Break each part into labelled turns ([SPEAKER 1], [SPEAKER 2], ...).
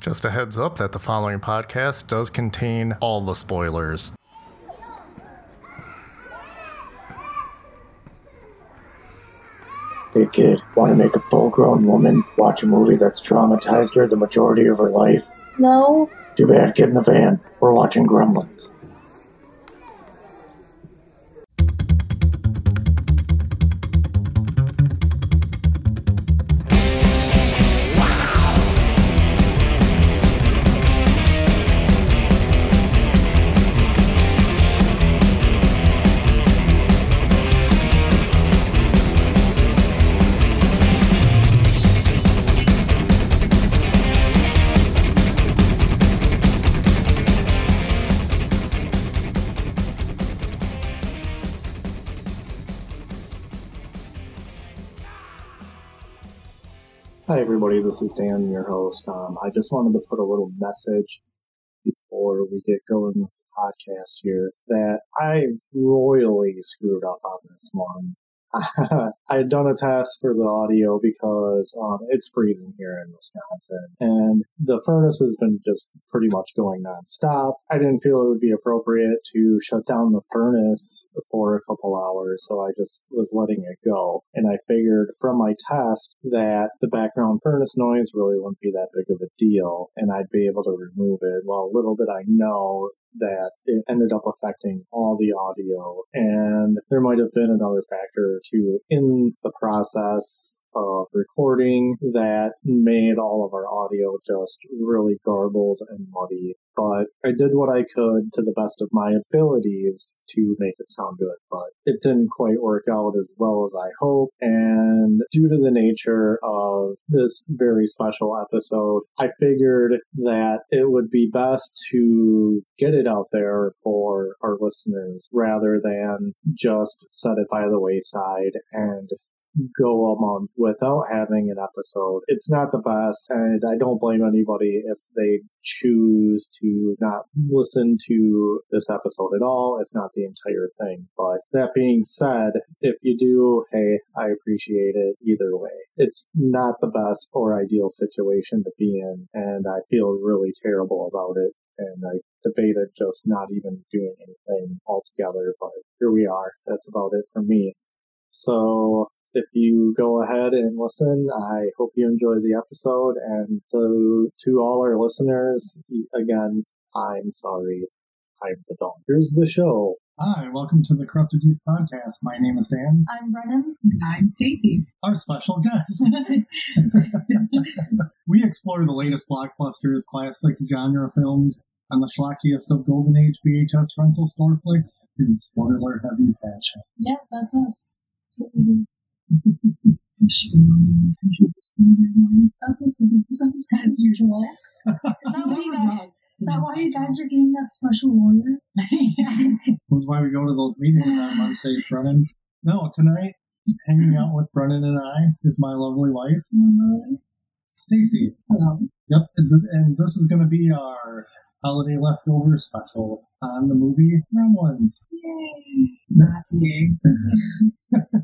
[SPEAKER 1] Just a heads up that the following podcast does contain all the spoilers.
[SPEAKER 2] Hey kid, want to make a full grown woman watch a movie that's traumatized her the majority of her life?
[SPEAKER 3] No.
[SPEAKER 2] Too bad, get in the van. We're watching Gremlins. Hi everybody, this is Dan, your host. Um, I just wanted to put a little message before we get going with the podcast here that I royally screwed up on this one. I had done a test for the audio because um, it's freezing here in Wisconsin, and the furnace has been just pretty much going nonstop. I didn't feel it would be appropriate to shut down the furnace for a couple hours, so I just was letting it go. And I figured from my test that the background furnace noise really wouldn't be that big of a deal, and I'd be able to remove it. Well, little did I know that it ended up affecting all the audio, and there might have been another factor or two in the process of recording that made all of our audio just really garbled and muddy. But I did what I could to the best of my abilities to make it sound good, but it didn't quite work out as well as I hoped. And due to the nature of this very special episode, I figured that it would be best to get it out there for our listeners rather than just set it by the wayside and go a month without having an episode. It's not the best, and I don't blame anybody if they choose to not listen to this episode at all, if not the entire thing. But that being said, if you do, hey, I appreciate it either way. It's not the best or ideal situation to be in, and I feel really terrible about it. And I debated just not even doing anything altogether, but here we are. That's about it for me. So if you go ahead and listen, I hope you enjoy the episode. And to, to all our listeners, again, I'm sorry. I'm the dog. Here's the show.
[SPEAKER 4] Hi, welcome to the Corrupted Youth Podcast. My name is Dan.
[SPEAKER 3] I'm Brennan. I'm Stacy.
[SPEAKER 4] Our special guest. we explore the latest blockbusters, classic genre films, and the schlockiest of Golden Age VHS rental store flicks in spoiler heavy fashion.
[SPEAKER 3] yeah, that's us. That's what we do. We should be on the computers and everything. That's also something as usual. Is that why you guys? Is that why you guys are getting that special lawyer?
[SPEAKER 4] That's why we go to those meetings on Wednesdays, Brennan. No, tonight, hanging out with Brennan and I is my lovely wife, Stacy.
[SPEAKER 3] Hello.
[SPEAKER 4] Yep, and th- and this is going to be our holiday leftover special on the movie Gremlins.
[SPEAKER 3] Yay. Not today.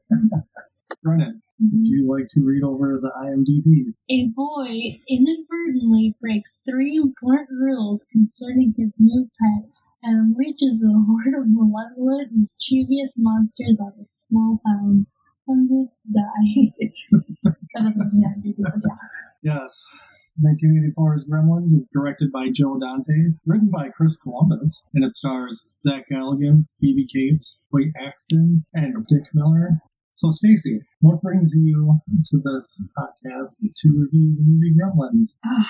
[SPEAKER 4] Brennan,
[SPEAKER 3] Mm-hmm.
[SPEAKER 4] would you like to read over the IMDb?
[SPEAKER 3] A boy inadvertently breaks three important rules concerning his new pet and unleashes a horde of malevolent, mischievous monsters on a small town. Hundreds die. that doesn't mean I'd be good, yeah.
[SPEAKER 4] Yes. 1984's Gremlins is directed by Joe Dante, written by Chris Columbus, and it stars Zach Galligan, Phoebe Cates, Wade Axton, and Dick Miller. So, Stacy, what brings you to this podcast to review the movie Gremlins?
[SPEAKER 5] Ah,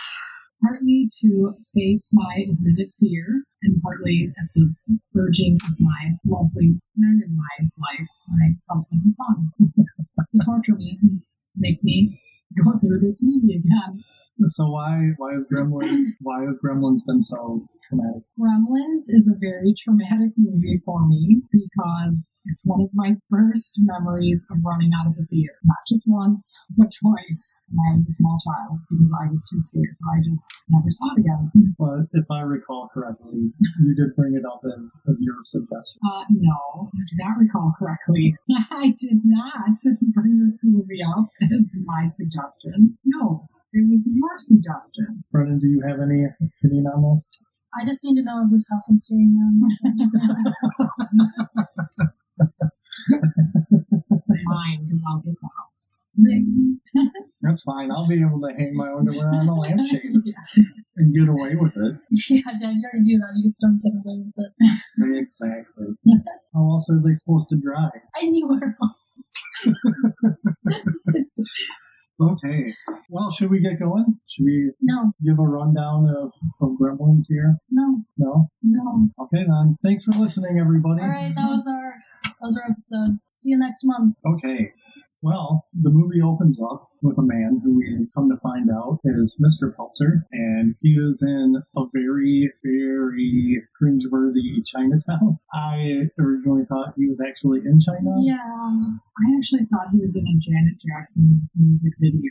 [SPEAKER 5] partly to face my admitted fear and partly at the urging of my lovely man in my life, my husband and son, to torture me and make me go through this movie again.
[SPEAKER 4] So, why why is Gremlins why has Gremlins been so traumatic?
[SPEAKER 5] Gremlins is a very traumatic movie for me because it's one of my first memories of running out of the theater. Not just once, but twice when I was a small child because I was too scared. I just never saw it again.
[SPEAKER 4] But if I recall correctly, you did bring it up as, as your suggestion.
[SPEAKER 5] Uh, no, I do not recall correctly. I did not bring this movie up as my suggestion. No, It was your suggestion.
[SPEAKER 4] Brennan, do you have any opinion on this?
[SPEAKER 3] I just need to know whose house I'm staying in.
[SPEAKER 5] Mine, because I'll get the house. Zing.
[SPEAKER 4] That's fine. I'll be able to hang my underwear on a lampshade
[SPEAKER 5] Yeah.
[SPEAKER 4] and get away with it.
[SPEAKER 3] yeah, Dad, you already do that. You just don't get away with it.
[SPEAKER 4] Exactly. How else are they supposed to dry?
[SPEAKER 3] Anywhere else.
[SPEAKER 4] Okay. Well, should we get going? Should we
[SPEAKER 3] No,
[SPEAKER 4] give a rundown of, of gremlins here?
[SPEAKER 3] no,
[SPEAKER 4] No?
[SPEAKER 3] no.
[SPEAKER 4] Okay, then. Thanks for listening, everybody.
[SPEAKER 3] All right, that was our that was our episode. See you next month.
[SPEAKER 4] Okay. Well, the movie opens up with a man who we come to find out is Mr. Peltzer, and he is in a very, very cringeworthy Chinatown. I originally thought he was actually in China.
[SPEAKER 3] Yeah.
[SPEAKER 5] I actually thought he was in a Janet Jackson music video.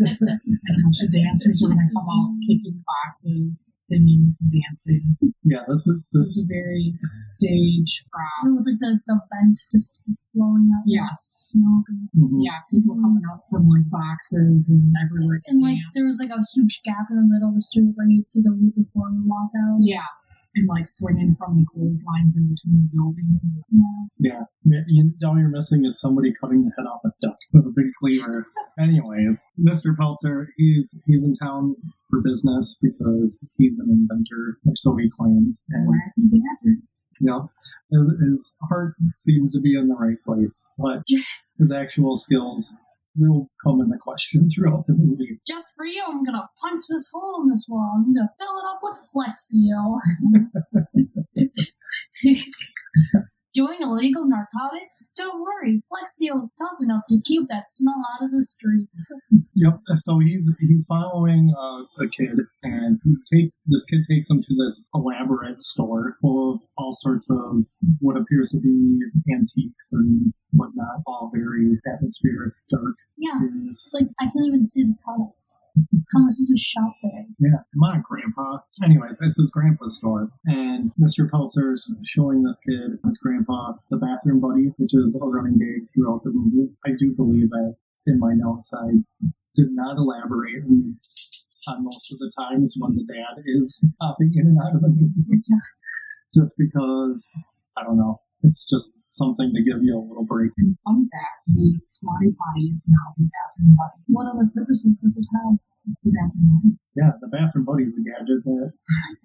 [SPEAKER 5] and a bunch of dancers were going to come out kicking boxes, singing, dancing.
[SPEAKER 4] Yeah, this is this
[SPEAKER 5] This is a very stage prop.
[SPEAKER 3] Oh, like the, the vent just blowing out.
[SPEAKER 5] Yes.
[SPEAKER 3] Smoke.
[SPEAKER 4] mhm.
[SPEAKER 5] Yeah, people coming out from like boxes and everywhere. to
[SPEAKER 3] And like
[SPEAKER 5] dance.
[SPEAKER 3] there was like a huge gap in the middle of the street where you'd see the week before we walk out.
[SPEAKER 5] yeah, and like swinging from the clotheslines in between buildings.
[SPEAKER 3] Yeah.
[SPEAKER 4] Yeah. Yeah, You, all you're missing is somebody cutting the head off a duck with a big cleaver. Anyways, Mr. Peltzer, he's he's in town for business because he's an inventor, or so he claims.
[SPEAKER 5] And
[SPEAKER 4] And
[SPEAKER 5] where I think it happens.
[SPEAKER 4] you know, his, his heart seems to be in the right place, but his actual skills will come into question throughout the movie.
[SPEAKER 3] Just for you, I'm gonna punch this hole in this wall. I'm gonna fill it up with Flex Seal. Doing illegal narcotics? Don't worry, Flex Seal is tough enough to keep that smell out of the streets.
[SPEAKER 4] Yep. So he's he's following uh, a kid, and he takes this kid takes him to this elaborate store full of all sorts of what appears to be antiques and whatnot, all very atmospheric, dark.
[SPEAKER 3] Yeah,
[SPEAKER 4] spirits.
[SPEAKER 3] it's like I can't even see the products. How much is a shop there?
[SPEAKER 4] Yeah, come on, Grandpa. Anyways, it's his grandpa's store, and Mr. Peltzer's showing this kid his grandpa the bathroom buddy, which is a running gag throughout the movie. I do believe that in my notes I did not elaborate on on most of the times when the dad is popping in and out of the movie, just because I don't know. It's just something to give you a little break.
[SPEAKER 5] And fun fact, the squatty potty is now the bathroom potty. What other purposes does it have? It's the bathroom potty.
[SPEAKER 4] Yeah, the bathroom buddy is a gadget that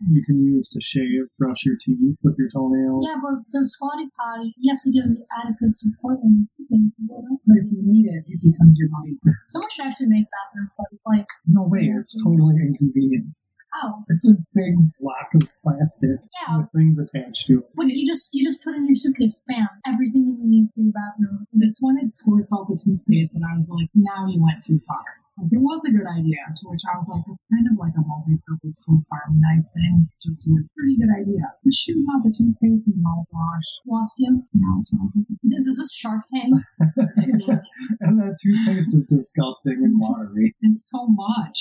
[SPEAKER 4] you can use to shave, brush your teeth with your toenails.
[SPEAKER 3] Yeah, but the squatty potty, yes, it gives you adequate support and everything. What else
[SPEAKER 5] So
[SPEAKER 3] is
[SPEAKER 5] if you need it, it becomes your buddy.
[SPEAKER 3] Someone should actually make bathroom potty. Like,
[SPEAKER 4] No way, it's totally inconvenient.
[SPEAKER 3] how?
[SPEAKER 4] It's a big block of plastic
[SPEAKER 3] Oh, Yeah.
[SPEAKER 4] with things attached to it.
[SPEAKER 3] What you just you just put in your suitcase, bam, everything that you need for your bathroom.
[SPEAKER 5] That's when it squirts out the toothpaste, and I was like, now you went too far. Like, it was a good idea, to which I was like, it's kind of like a multi-purpose Swiss Army knife thing. Just a pretty good idea. Just shoot out the toothpaste and mouthwash.
[SPEAKER 3] Lost you.
[SPEAKER 5] You know, so I was like, this is
[SPEAKER 3] Is this a Shark Tank?
[SPEAKER 5] ridiculous.
[SPEAKER 4] And that toothpaste is disgusting and watery.
[SPEAKER 5] it's so much.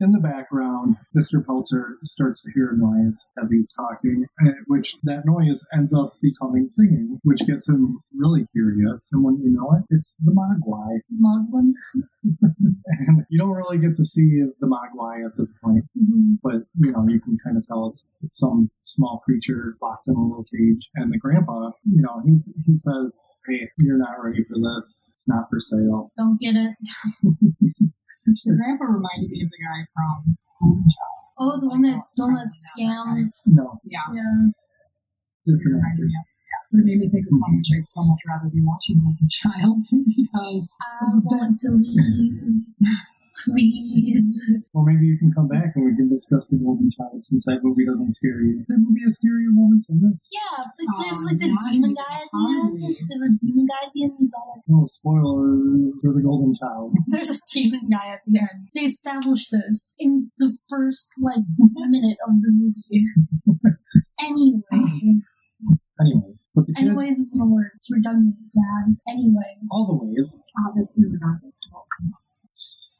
[SPEAKER 4] In the background, Mr. Peltzer starts to hear a noise as he's talking, and- which that noise ends up becoming singing, which gets him really curious. And when you know it, it's the Mogwai.
[SPEAKER 3] Mogwai.
[SPEAKER 4] And you don't really get to see the Mogwai at this point.
[SPEAKER 3] Mm-hmm.
[SPEAKER 4] but you know you can kind of tell it's, it's some small creature locked in a little cage and the grandpa you know he's he says hey you're not ready for this it's not for sale
[SPEAKER 3] Don't get it.
[SPEAKER 5] The grandpa reminded me of the guy from Home Child.
[SPEAKER 3] Oh, the one that the one that scams.
[SPEAKER 4] no
[SPEAKER 5] Yeah.
[SPEAKER 3] Yeah.
[SPEAKER 4] different
[SPEAKER 5] reminded
[SPEAKER 4] actor
[SPEAKER 5] me of- yeah. But it made me think of how much I'd so much rather be watching Home Child because
[SPEAKER 3] I want to leave. Please.
[SPEAKER 4] well maybe you can come back and we can discuss the golden child since that movie doesn't scare you that movie is scarier moments in this
[SPEAKER 3] Yeah, like there's
[SPEAKER 5] Oh,
[SPEAKER 3] like the
[SPEAKER 5] not
[SPEAKER 3] demon
[SPEAKER 5] even
[SPEAKER 3] guy at the end.
[SPEAKER 5] funny.
[SPEAKER 3] There's a demon guy at the end. He's all like,
[SPEAKER 4] no spoiler for the golden child
[SPEAKER 3] there's a demon guy at the end. They established this in the first like minute of the movie. anyway,
[SPEAKER 4] anyways but the kid
[SPEAKER 3] anyways isn't a word. It's redundant, Dad. Anyway,
[SPEAKER 4] all the ways
[SPEAKER 5] uh, that's we were not supposed to walk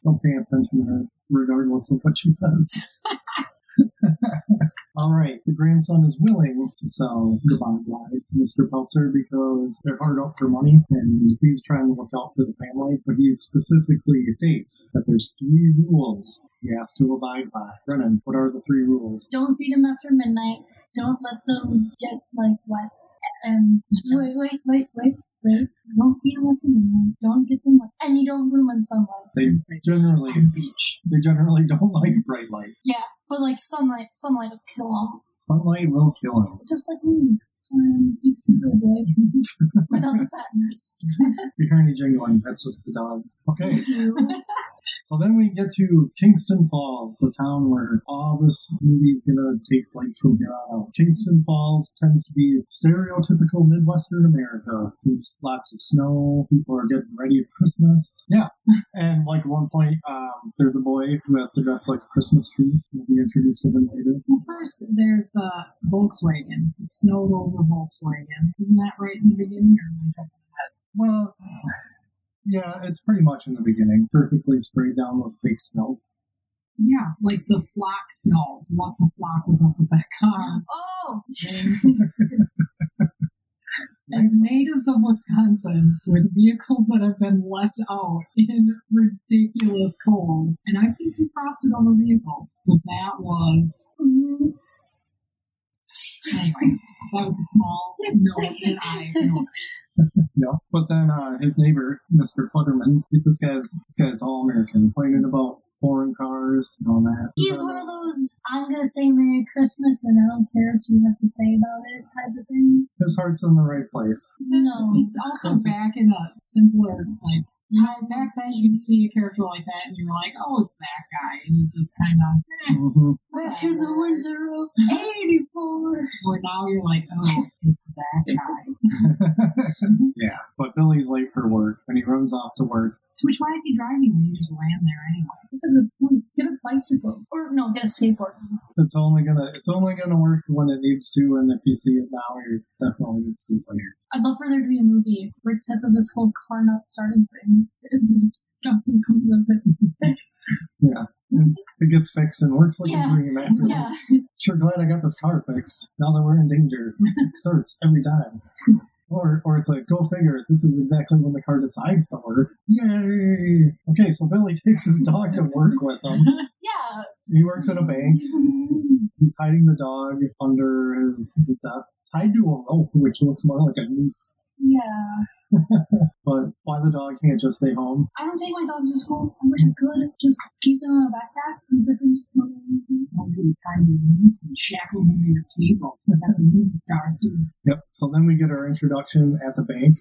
[SPEAKER 4] don't pay attention to her regardless of what she says All right, the grandson is willing to sell the bond lives to Mr. Peltzer because they're hard up for money and he's trying to look out for the family, but he specifically states that there's three rules he has to abide by. Brennan, what are the three rules?
[SPEAKER 3] Don't feed them after midnight. Don't let them get like wet. And wait, wait, wait, wait, wait. Don't feed them after midnight. Don't get them wet. And you don't ruin sunlight.
[SPEAKER 4] They generally
[SPEAKER 5] beach.
[SPEAKER 4] they generally don't like bright light.
[SPEAKER 3] Yeah, but like sunlight, sunlight will kill them.
[SPEAKER 4] Sunlight will kill him.
[SPEAKER 3] Just like me. That's why I'm Eastern Blue Boy. Without the fatness.
[SPEAKER 4] You hear any jingling? That's just the dogs. Okay.
[SPEAKER 3] Thank you.
[SPEAKER 4] So then we get to Kingston Falls, the town where all this movie's gonna take place from here on out. Kingston Falls tends to be stereotypical Midwestern America. There's lots of snow, people are getting ready for Christmas. Yeah. And like at one point, um, there's a boy who has to dress like a Christmas tree. We'll be introduced to him later.
[SPEAKER 5] Well, first there's the Volkswagen, the snowed over Volkswagen. Isn't that right in the beginning? Or am I talking-
[SPEAKER 4] Well, yeah, it's pretty much in the beginning, perfectly sprayed down with fake snow.
[SPEAKER 5] yeah, like the flock snow. What the flock was up with that car.
[SPEAKER 3] Oh!
[SPEAKER 5] As natives of Wisconsin, with vehicles that have been left out in ridiculous cold, and I've seen some frosted over vehicles, but that was
[SPEAKER 3] Mhm.
[SPEAKER 5] anyway. That was a small note that I noticed.
[SPEAKER 4] No, but then uh, his neighbor, Mr. Flutterman, this guy's this guy's all American, complaining about foreign cars and all that.
[SPEAKER 3] He's one of those, I'm gonna say Merry Christmas and I don't care what you have to say about it type of thing.
[SPEAKER 4] His heart's in the right place.
[SPEAKER 5] That's,
[SPEAKER 3] No.
[SPEAKER 5] It's also back in a simpler, like, time. Back then, you could see a character like that and you were like, oh, it's that guy. And you just kind of, eh.
[SPEAKER 4] hmm
[SPEAKER 3] Back in the winter of 84!
[SPEAKER 5] Where now you're like, oh, it's that guy.
[SPEAKER 4] yeah, but Billy's late for work, and he runs off to work.
[SPEAKER 5] Which, why is he driving when you just land there anyway?
[SPEAKER 3] That's a good point. Get a bicycle. Or no, get a skateboard.
[SPEAKER 4] It's only gonna it's only gonna work when it needs to, and if you see it now, you're definitely gonna see it later.
[SPEAKER 3] I'd love for there to be a movie where it sets up this whole car not starting thing. Just Something comes up with
[SPEAKER 4] It gets fixed and works like
[SPEAKER 3] Yeah.
[SPEAKER 4] a dream after
[SPEAKER 3] Yeah.
[SPEAKER 4] Sure glad I got this car fixed. Now that we're in danger, it starts every time. Or, or it's like, go figure, this is exactly when the car decides to work. Yay! Okay, so Billy takes his dog to work with him.
[SPEAKER 3] Yeah.
[SPEAKER 4] He works at a bank. He's hiding the dog under his, his desk, tied to a rope, which looks more like a noose.
[SPEAKER 3] Yeah.
[SPEAKER 4] But why the dog can't just stay home?
[SPEAKER 3] I don't take my dogs to school. I wish I could. Just keep them in a backpack and zip them just not doing anything.
[SPEAKER 5] I'll be tied to this and shackled him to your table. That's what movie stars do.
[SPEAKER 4] Yep, so then we get our introduction at the bank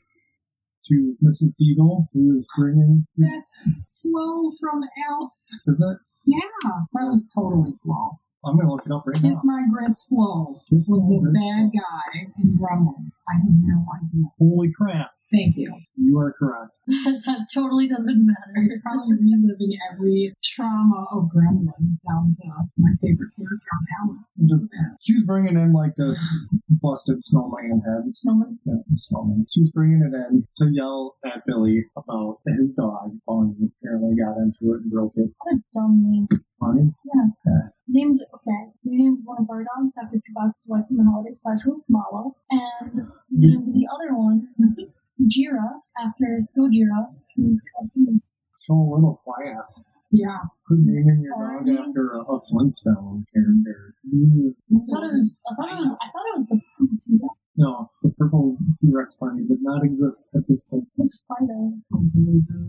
[SPEAKER 4] to Mrs. Deagle, who is bringing. Is,
[SPEAKER 5] That's Flo from Else.
[SPEAKER 4] is it?
[SPEAKER 5] Yeah, that was totally Flo.
[SPEAKER 4] I'm gonna look it up right now.
[SPEAKER 5] Kiss My Grits Flow
[SPEAKER 4] Kiss
[SPEAKER 5] was
[SPEAKER 4] My
[SPEAKER 5] the
[SPEAKER 4] Grits
[SPEAKER 5] bad guy in Gremlins. I have no idea.
[SPEAKER 4] Holy crap,
[SPEAKER 5] Thank you.
[SPEAKER 4] you are correct.
[SPEAKER 3] that totally doesn't
[SPEAKER 5] I
[SPEAKER 3] matter.
[SPEAKER 5] was probably reliving every trauma of Gremlins down to my favorite character on Alice.
[SPEAKER 4] I'm just she's bringing in like this busted snowman head. Snowman, yeah, snowman. She's bringing it in to yell at Billy about his dog Bonnie. Apparently got into it and broke it.
[SPEAKER 3] What a dumb name.
[SPEAKER 4] Bonnie.
[SPEAKER 3] Named, okay, we named one of our dogs after Chewbacca's wife in the holiday special, Malo, and named the other one Jira after Gojira, who's cousin.
[SPEAKER 4] Show a little class.
[SPEAKER 5] Yeah.
[SPEAKER 4] Quit naming your dog
[SPEAKER 3] Bonnie?
[SPEAKER 4] after a, a Flintstone character. Mm.
[SPEAKER 3] I thought it was, I thought it was, I thought it was the
[SPEAKER 4] No, the purple T Rex Bonnie did not exist at this point.
[SPEAKER 3] What's Fido?
[SPEAKER 5] Well,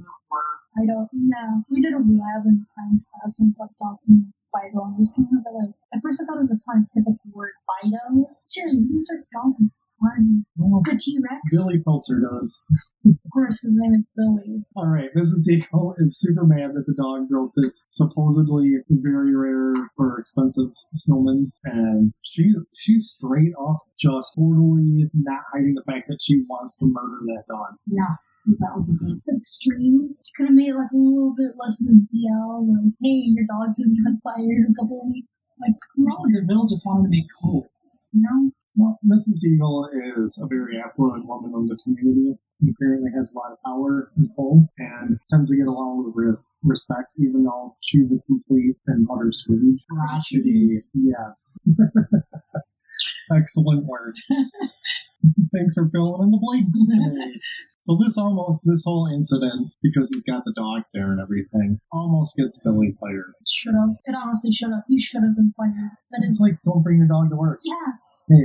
[SPEAKER 3] I don't know. We did a lab in science class and talked about the Fido, and it was kind of like, at first I thought it was a scientific word, Fido. Seriously, who names their dog Barney?
[SPEAKER 4] Well,
[SPEAKER 3] The T Rex?
[SPEAKER 4] Billy Peltzer does.
[SPEAKER 3] Of course, his name is Billy.
[SPEAKER 4] All right, Mrs. Deagle is super mad that the dog broke this supposedly very rare or expensive snowman, and she she's straight up just totally not hiding the fact that she wants to murder that dog.
[SPEAKER 5] yeah, that was a good
[SPEAKER 3] extreme. She could have made it like a little bit less than DL. Like, hey, your dog's gonna get fired in a couple of weeks. Like,
[SPEAKER 5] Probably the Bill just wanted to make coats. You know?
[SPEAKER 4] Well, Mrs. Deagle is a very affluent woman in the community. and Apparently has a lot of power and pull, and tends to get along with respect, even though she's a complete and utter Scrooge.
[SPEAKER 5] Crotchety.
[SPEAKER 4] Yes. Excellent word. Thanks for filling in the blanks. today. So this almost this whole incident, because he's got the dog there and everything, almost gets Billy fired.
[SPEAKER 3] Should have. It honestly should have. You should have been fired. But
[SPEAKER 4] It's like don't bring your dog to work.
[SPEAKER 3] yeah,
[SPEAKER 4] Hey,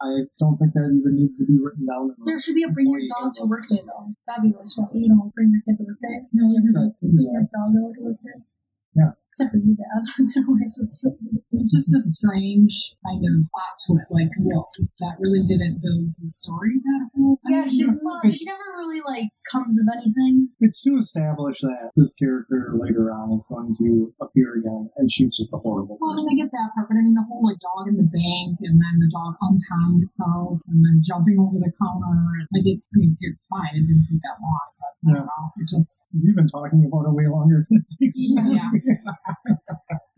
[SPEAKER 4] I don't think that even needs to be written down. In
[SPEAKER 3] there should be a bring your
[SPEAKER 4] Employee
[SPEAKER 3] dog to
[SPEAKER 4] handbook.
[SPEAKER 3] work day though. That'd be really smart. You know, bring your kid to work day. No, you
[SPEAKER 4] You're right, you're
[SPEAKER 3] bring your dog to work day.
[SPEAKER 4] Yeah.
[SPEAKER 3] Except for you, Dad. That's always what you do.
[SPEAKER 5] It's just a strange kind of plot to it. Like, no, that really didn't build the story that well. I
[SPEAKER 3] Yeah,
[SPEAKER 5] don't
[SPEAKER 3] she,
[SPEAKER 5] know.
[SPEAKER 3] well, she never really like comes of anything.
[SPEAKER 4] It's to establish that this character later on is going to appear again, and she's just a horrible
[SPEAKER 5] Well, I mean,
[SPEAKER 4] person.
[SPEAKER 5] I get that part, but I mean, the whole like dog in the bank, and then the dog untying itself, and then jumping over the counter. and, Like, it, I mean, it's fine. It didn't take that long, but I
[SPEAKER 4] Yeah.
[SPEAKER 5] don't know. It just
[SPEAKER 4] We've been talking about it way longer than it takes. to-
[SPEAKER 5] Yeah.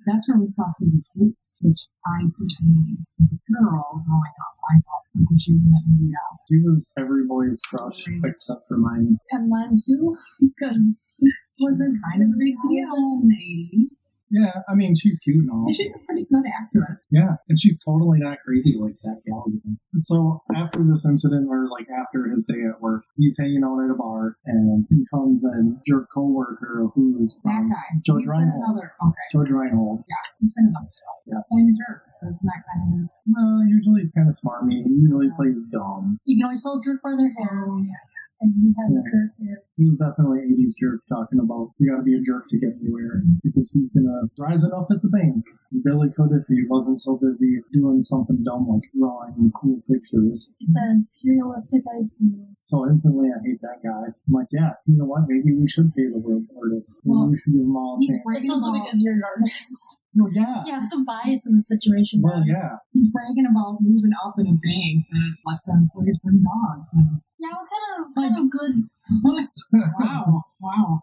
[SPEAKER 5] that's where we saw Phoebe Cates, which I personally, as a girl, oh my god, I thought like when she was in that movie. Yeah.
[SPEAKER 4] She was every boy's crush except for mine.
[SPEAKER 3] And mine too, because it wasn't
[SPEAKER 5] kind of a big deal in the eighties.
[SPEAKER 4] Yeah, I mean she's cute and all.
[SPEAKER 5] And she's a pretty good actress.
[SPEAKER 4] Yeah, and she's totally not crazy like Zach Galligan is. So after this incident, or like after his day at work, he's hanging out at a bar, and in comes a jerk coworker who's
[SPEAKER 5] That
[SPEAKER 4] um,
[SPEAKER 5] guy.
[SPEAKER 4] George
[SPEAKER 5] He's been
[SPEAKER 4] Reinhold.
[SPEAKER 5] another. Okay.
[SPEAKER 4] George Reinhold.
[SPEAKER 5] He's been another. So.
[SPEAKER 4] Yeah.
[SPEAKER 5] Playing a jerk. That's not kind of his.
[SPEAKER 4] Well, usually he's kind of smarmy. He usually plays dumb.
[SPEAKER 3] You can always tell jerk by their hair,
[SPEAKER 5] Oh, yeah.
[SPEAKER 3] and you have
[SPEAKER 4] Yeah.
[SPEAKER 3] jerk hair.
[SPEAKER 4] He was definitely 80s jerk talking about you gotta be a jerk to get anywhere because he's gonna rise it up at the bank. Billy could if he wasn't so busy doing something dumb like drawing cool pictures.
[SPEAKER 3] It's a
[SPEAKER 5] Mm-hmm.
[SPEAKER 3] materialistic idea.
[SPEAKER 4] So instantly I hate that guy. I'm like, yeah, you know what? Maybe we should pay the world's artists. Maybe
[SPEAKER 5] Well,
[SPEAKER 4] we should give them all a
[SPEAKER 5] he's
[SPEAKER 4] chance.
[SPEAKER 5] right.
[SPEAKER 3] It's also
[SPEAKER 5] about-
[SPEAKER 3] because you're an artist.
[SPEAKER 4] Well, yeah.
[SPEAKER 3] You have some bias in the situation.
[SPEAKER 4] Well,
[SPEAKER 3] though.
[SPEAKER 4] yeah.
[SPEAKER 5] He's bragging about moving up in a bank that lets them play bring dogs. And,
[SPEAKER 3] Yeah, what kind of kind of good?
[SPEAKER 5] wow, wow.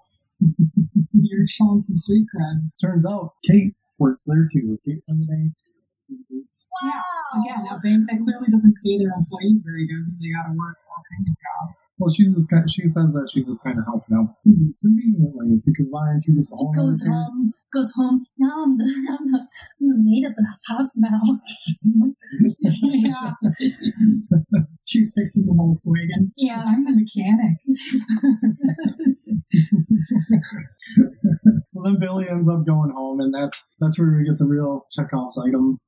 [SPEAKER 5] You're showing some street cred.
[SPEAKER 4] Turns out Kate works there too. Kate from the bank.
[SPEAKER 5] Yeah.
[SPEAKER 3] Wow.
[SPEAKER 5] Again, a bank that clearly doesn't pay their employees very good because they got to work all kinds of jobs.
[SPEAKER 4] Well, she's this kind. She says that she's just kind of helping out conveniently because why introduce a whole
[SPEAKER 3] goes
[SPEAKER 4] other character?
[SPEAKER 3] home. Goes home. Now I'm the I'm the, I'm the maid at the house now.
[SPEAKER 5] yeah. She's fixing the Volkswagen.
[SPEAKER 3] Yeah.
[SPEAKER 5] I'm the mechanic.
[SPEAKER 4] So then Billy ends up going home, and that's that's where we get the real Chekhov's item,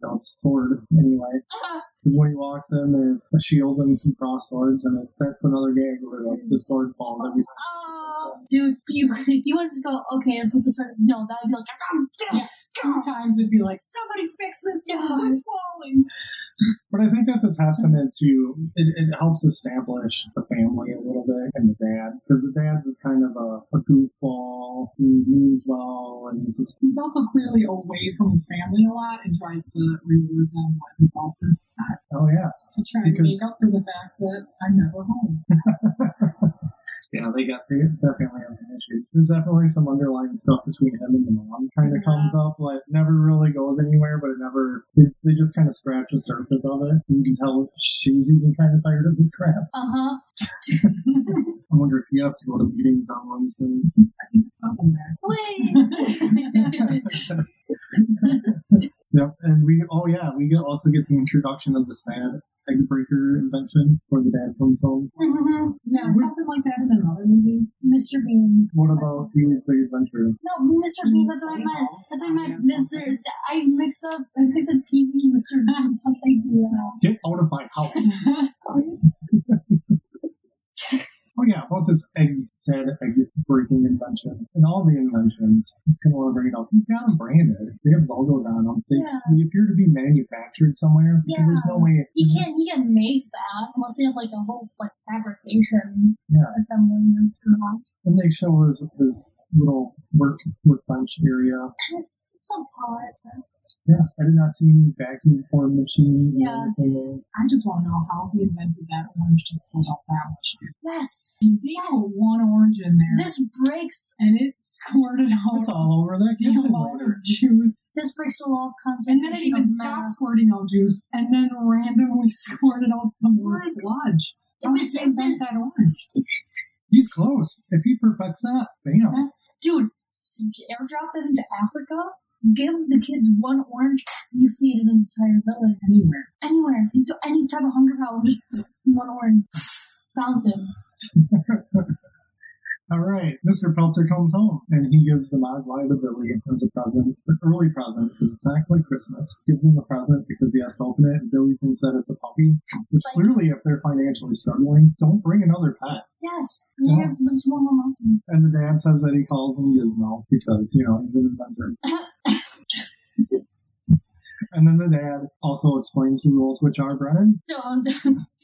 [SPEAKER 4] Chekhov's sword, anyway.
[SPEAKER 3] Ah.
[SPEAKER 4] Because when he walks in, there's a shield and some cross swords, and it, that's another gag where like the sword falls every time.
[SPEAKER 3] Oh, dude, you you would just go okay and put this on. No, that would be like I'm
[SPEAKER 5] Yeah. Sometimes it'd be like, somebody fix this.
[SPEAKER 3] Yeah.
[SPEAKER 5] It's falling.
[SPEAKER 4] But I think that's a testament to it, it helps establish the family a little bit and the dad because the dad's is kind of a, a goofball who means well and he's just
[SPEAKER 5] He's also clearly away from his family a lot and tries to reward them with all this stuff
[SPEAKER 4] oh yeah
[SPEAKER 5] to try and
[SPEAKER 4] Because-
[SPEAKER 5] make up for the fact that I'm never home.
[SPEAKER 4] yeah they got they definitely have some issues. There's definitely some underlying stuff between him and the mom kind of
[SPEAKER 3] Yeah.
[SPEAKER 4] comes up like never really goes anywhere but it never they, they just kind of scratch the surface of it because you can tell she's even kind of tired of this crap.
[SPEAKER 3] Uh huh.
[SPEAKER 4] I wonder if he has to go to meetings on Wednesdays.
[SPEAKER 5] I think there's something there.
[SPEAKER 3] Wait.
[SPEAKER 4] Yep, and we oh yeah, we get- also get the introduction of the sad egg breaker invention where the dad comes home.
[SPEAKER 3] Mhm.
[SPEAKER 5] Yeah, or something like that in another movie.
[SPEAKER 3] Mr. Bean.
[SPEAKER 4] What about Huey's Big Adventure?
[SPEAKER 3] No, Mr. Bean. That's what I meant. That's what I meant. Mr. I mix up. I mix up PB and Mr. Bean. What they do now?
[SPEAKER 4] Get out of my house!
[SPEAKER 3] Sorry.
[SPEAKER 4] oh yeah, about this egg sad egg breaking invention and all the inventions. It's gonna want to bring it up. He's got them branded. They have logos on them. They, s- they appear to be manufactured somewhere because there's no way.
[SPEAKER 3] You can't. You can make that unless they have like a whole like fabrication
[SPEAKER 4] Yeah,
[SPEAKER 3] assembly that's going
[SPEAKER 4] and they show his his little work workbench area.
[SPEAKER 3] And it's subpar at best.
[SPEAKER 4] Yeah, I did not see any vacuum form machines
[SPEAKER 3] Yeah.
[SPEAKER 4] and everything.
[SPEAKER 5] I just want to know how he invented that orange to split up sandwich.
[SPEAKER 3] Yes.
[SPEAKER 5] He had one orange in there,
[SPEAKER 3] This breaks.
[SPEAKER 5] and it squirted out
[SPEAKER 4] It's all over that
[SPEAKER 5] Um, a
[SPEAKER 4] kitchen
[SPEAKER 5] lot
[SPEAKER 4] later.
[SPEAKER 5] of juice.
[SPEAKER 3] This breaks the law of
[SPEAKER 5] And then it
[SPEAKER 3] conservation
[SPEAKER 5] even
[SPEAKER 3] of
[SPEAKER 5] stopped
[SPEAKER 3] mass.
[SPEAKER 5] squirting out juice, and then randomly squirted out some more
[SPEAKER 3] Like-
[SPEAKER 5] sludge.
[SPEAKER 3] If
[SPEAKER 5] How did
[SPEAKER 3] it's
[SPEAKER 5] you
[SPEAKER 3] if
[SPEAKER 5] invent
[SPEAKER 3] it's
[SPEAKER 5] that orange?
[SPEAKER 4] He's close. If he perfects that, bam.
[SPEAKER 5] That's dude. s- Airdrop them to Africa. Give the kids one orange. You feed an entire village anywhere, anywhere, into any type of hunger problem. one orange. Found him.
[SPEAKER 4] All right, Mr. Pelzer comes home and he gives the Mogwai to Billy as a present, an early present because it's not quite Christmas. Gives him the present because he has to open it, and Billy thinks that it's a puppy. But
[SPEAKER 5] It's like-
[SPEAKER 4] clearly, if they're financially struggling, don't bring another pet.
[SPEAKER 5] Yes, they have to live to one more mountain.
[SPEAKER 4] And the dad says that he calls him Gizmo because you know he's an inventor. And then the dad also explains the rules, which are Brennan.
[SPEAKER 5] don't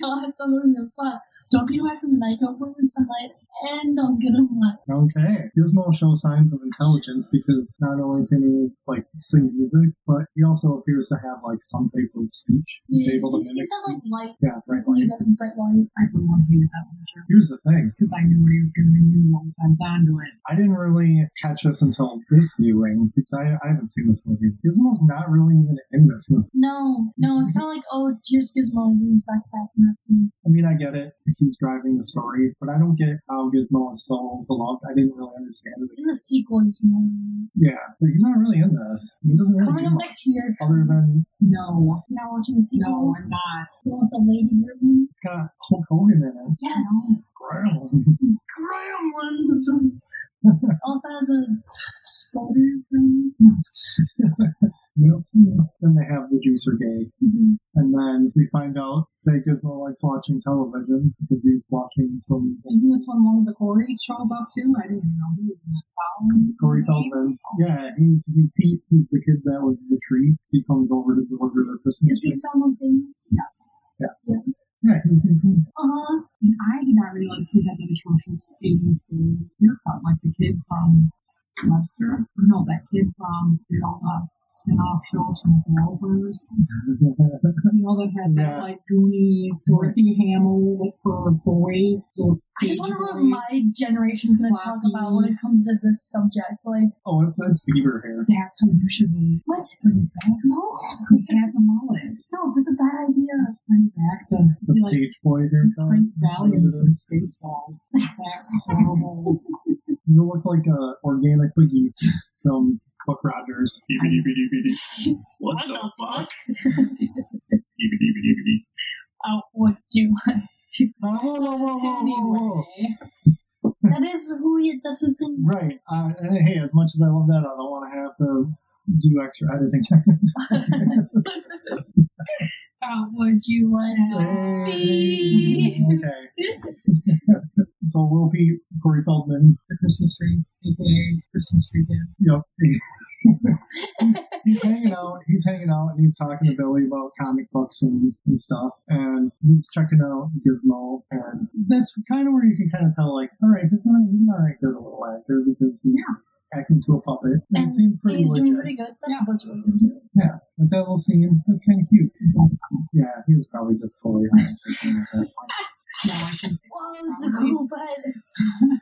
[SPEAKER 5] don't have someone in the spot. Don't be away from the night. Don't work in sunlight, and don't get them wet.
[SPEAKER 4] Okay. Gizmo shows signs of intelligence because not only can he like sing music, but he also appears to have like some type of speech. He's
[SPEAKER 5] Yeah,
[SPEAKER 4] able to
[SPEAKER 5] it's-
[SPEAKER 4] mimic.
[SPEAKER 5] He sounds like light.
[SPEAKER 4] yeah, right. Like,
[SPEAKER 5] You got the bright light. I for one hated that one too
[SPEAKER 4] here's the thing.
[SPEAKER 5] because I knew what he was going to do once I was onto it.
[SPEAKER 4] I didn't really catch this until this viewing because I, I haven't seen this movie. Gizmo's not really even in this movie.
[SPEAKER 5] No, no, it's kind of like oh, here's Gizmo is in his backpack, and that's him.
[SPEAKER 4] I mean, I get it. He's driving the story, but I don't get how Gizmo is so beloved. I didn't really understand his.
[SPEAKER 5] in the sequel. He's more
[SPEAKER 4] Yeah, but he's not really in this. He doesn't really
[SPEAKER 5] coming
[SPEAKER 4] do
[SPEAKER 5] up
[SPEAKER 4] much
[SPEAKER 5] next year.
[SPEAKER 4] other than
[SPEAKER 5] No, you're not watching the sequel. No, I'm not. You want the lady ribbon?
[SPEAKER 4] it's got Hulk Hogan in it.
[SPEAKER 5] Yes.
[SPEAKER 4] Gremlins.
[SPEAKER 5] Gremlins. also has a spider thing. No.
[SPEAKER 4] Then they have the juicer gag.
[SPEAKER 5] Mhm.
[SPEAKER 4] And then we find out that Gizmo likes watching television because he's watching some
[SPEAKER 5] Isn't this when one of the Corys shows up too? I didn't even know he was in the following.
[SPEAKER 4] Corey Feldman. Yeah, he's he's Pete. He's the kid that was the tree. 'cause He comes over to deliver their Christmas
[SPEAKER 5] Is he
[SPEAKER 4] tree.
[SPEAKER 5] someone famous? Yes.
[SPEAKER 4] Yeah, he was in cool.
[SPEAKER 5] Uh huh. And I did not realize he had that atrocious 80s haircut, like the kid from Webster. Or no, that kid from did all the spin off shows from Rovers. You know, that had
[SPEAKER 4] Yeah.
[SPEAKER 5] that like goony Dorothy Hamill for a boy.
[SPEAKER 6] I just wonder what my generation's going to talk
[SPEAKER 5] Floppy.
[SPEAKER 6] about when it comes to this subject. Like,
[SPEAKER 4] oh, it's it's Beaver hair.
[SPEAKER 5] That's how you should be.
[SPEAKER 6] what?
[SPEAKER 5] Bring it back.
[SPEAKER 6] No,
[SPEAKER 5] You can have the mullet.
[SPEAKER 6] no, that's a bad idea.
[SPEAKER 5] Let's bring back the,
[SPEAKER 4] The
[SPEAKER 5] be like
[SPEAKER 4] page boy haircut.
[SPEAKER 5] Prince Valiant from Spaceballs. That horrible.
[SPEAKER 4] You look like a organic piggy from Buck Rogers.
[SPEAKER 5] what the fuck? Oh,
[SPEAKER 6] What do you want?
[SPEAKER 4] Whoa, whoa, whoa, whoa, whoa, whoa.
[SPEAKER 5] anyway.
[SPEAKER 6] That is who he, that's who's in.
[SPEAKER 4] Right. Uh, and hey, as much as I love that, I don't want to have to do extra editing.
[SPEAKER 6] Uh, would you want to be?
[SPEAKER 4] okay. so we'll be Corey Feldman.
[SPEAKER 5] The Christmas tree, aka Christmas tree kiss.
[SPEAKER 4] Yep. he's, he's hanging out. He's hanging out, and he's talking to Billy about comic books and, and stuff. And he's checking out Gizmo, and that's kind of where you can kind of tell, like, all right, he's not he's not a good little actor because he's acting to a puppet. And it
[SPEAKER 6] And
[SPEAKER 4] seemed pretty
[SPEAKER 6] He's doing pretty
[SPEAKER 4] legit.
[SPEAKER 6] good. That was really good.
[SPEAKER 4] But that little scene, that's kind of cute. Yeah, he was probably just totally high. or something like that.
[SPEAKER 5] Now I can say
[SPEAKER 6] Whoa, it's a cool bed.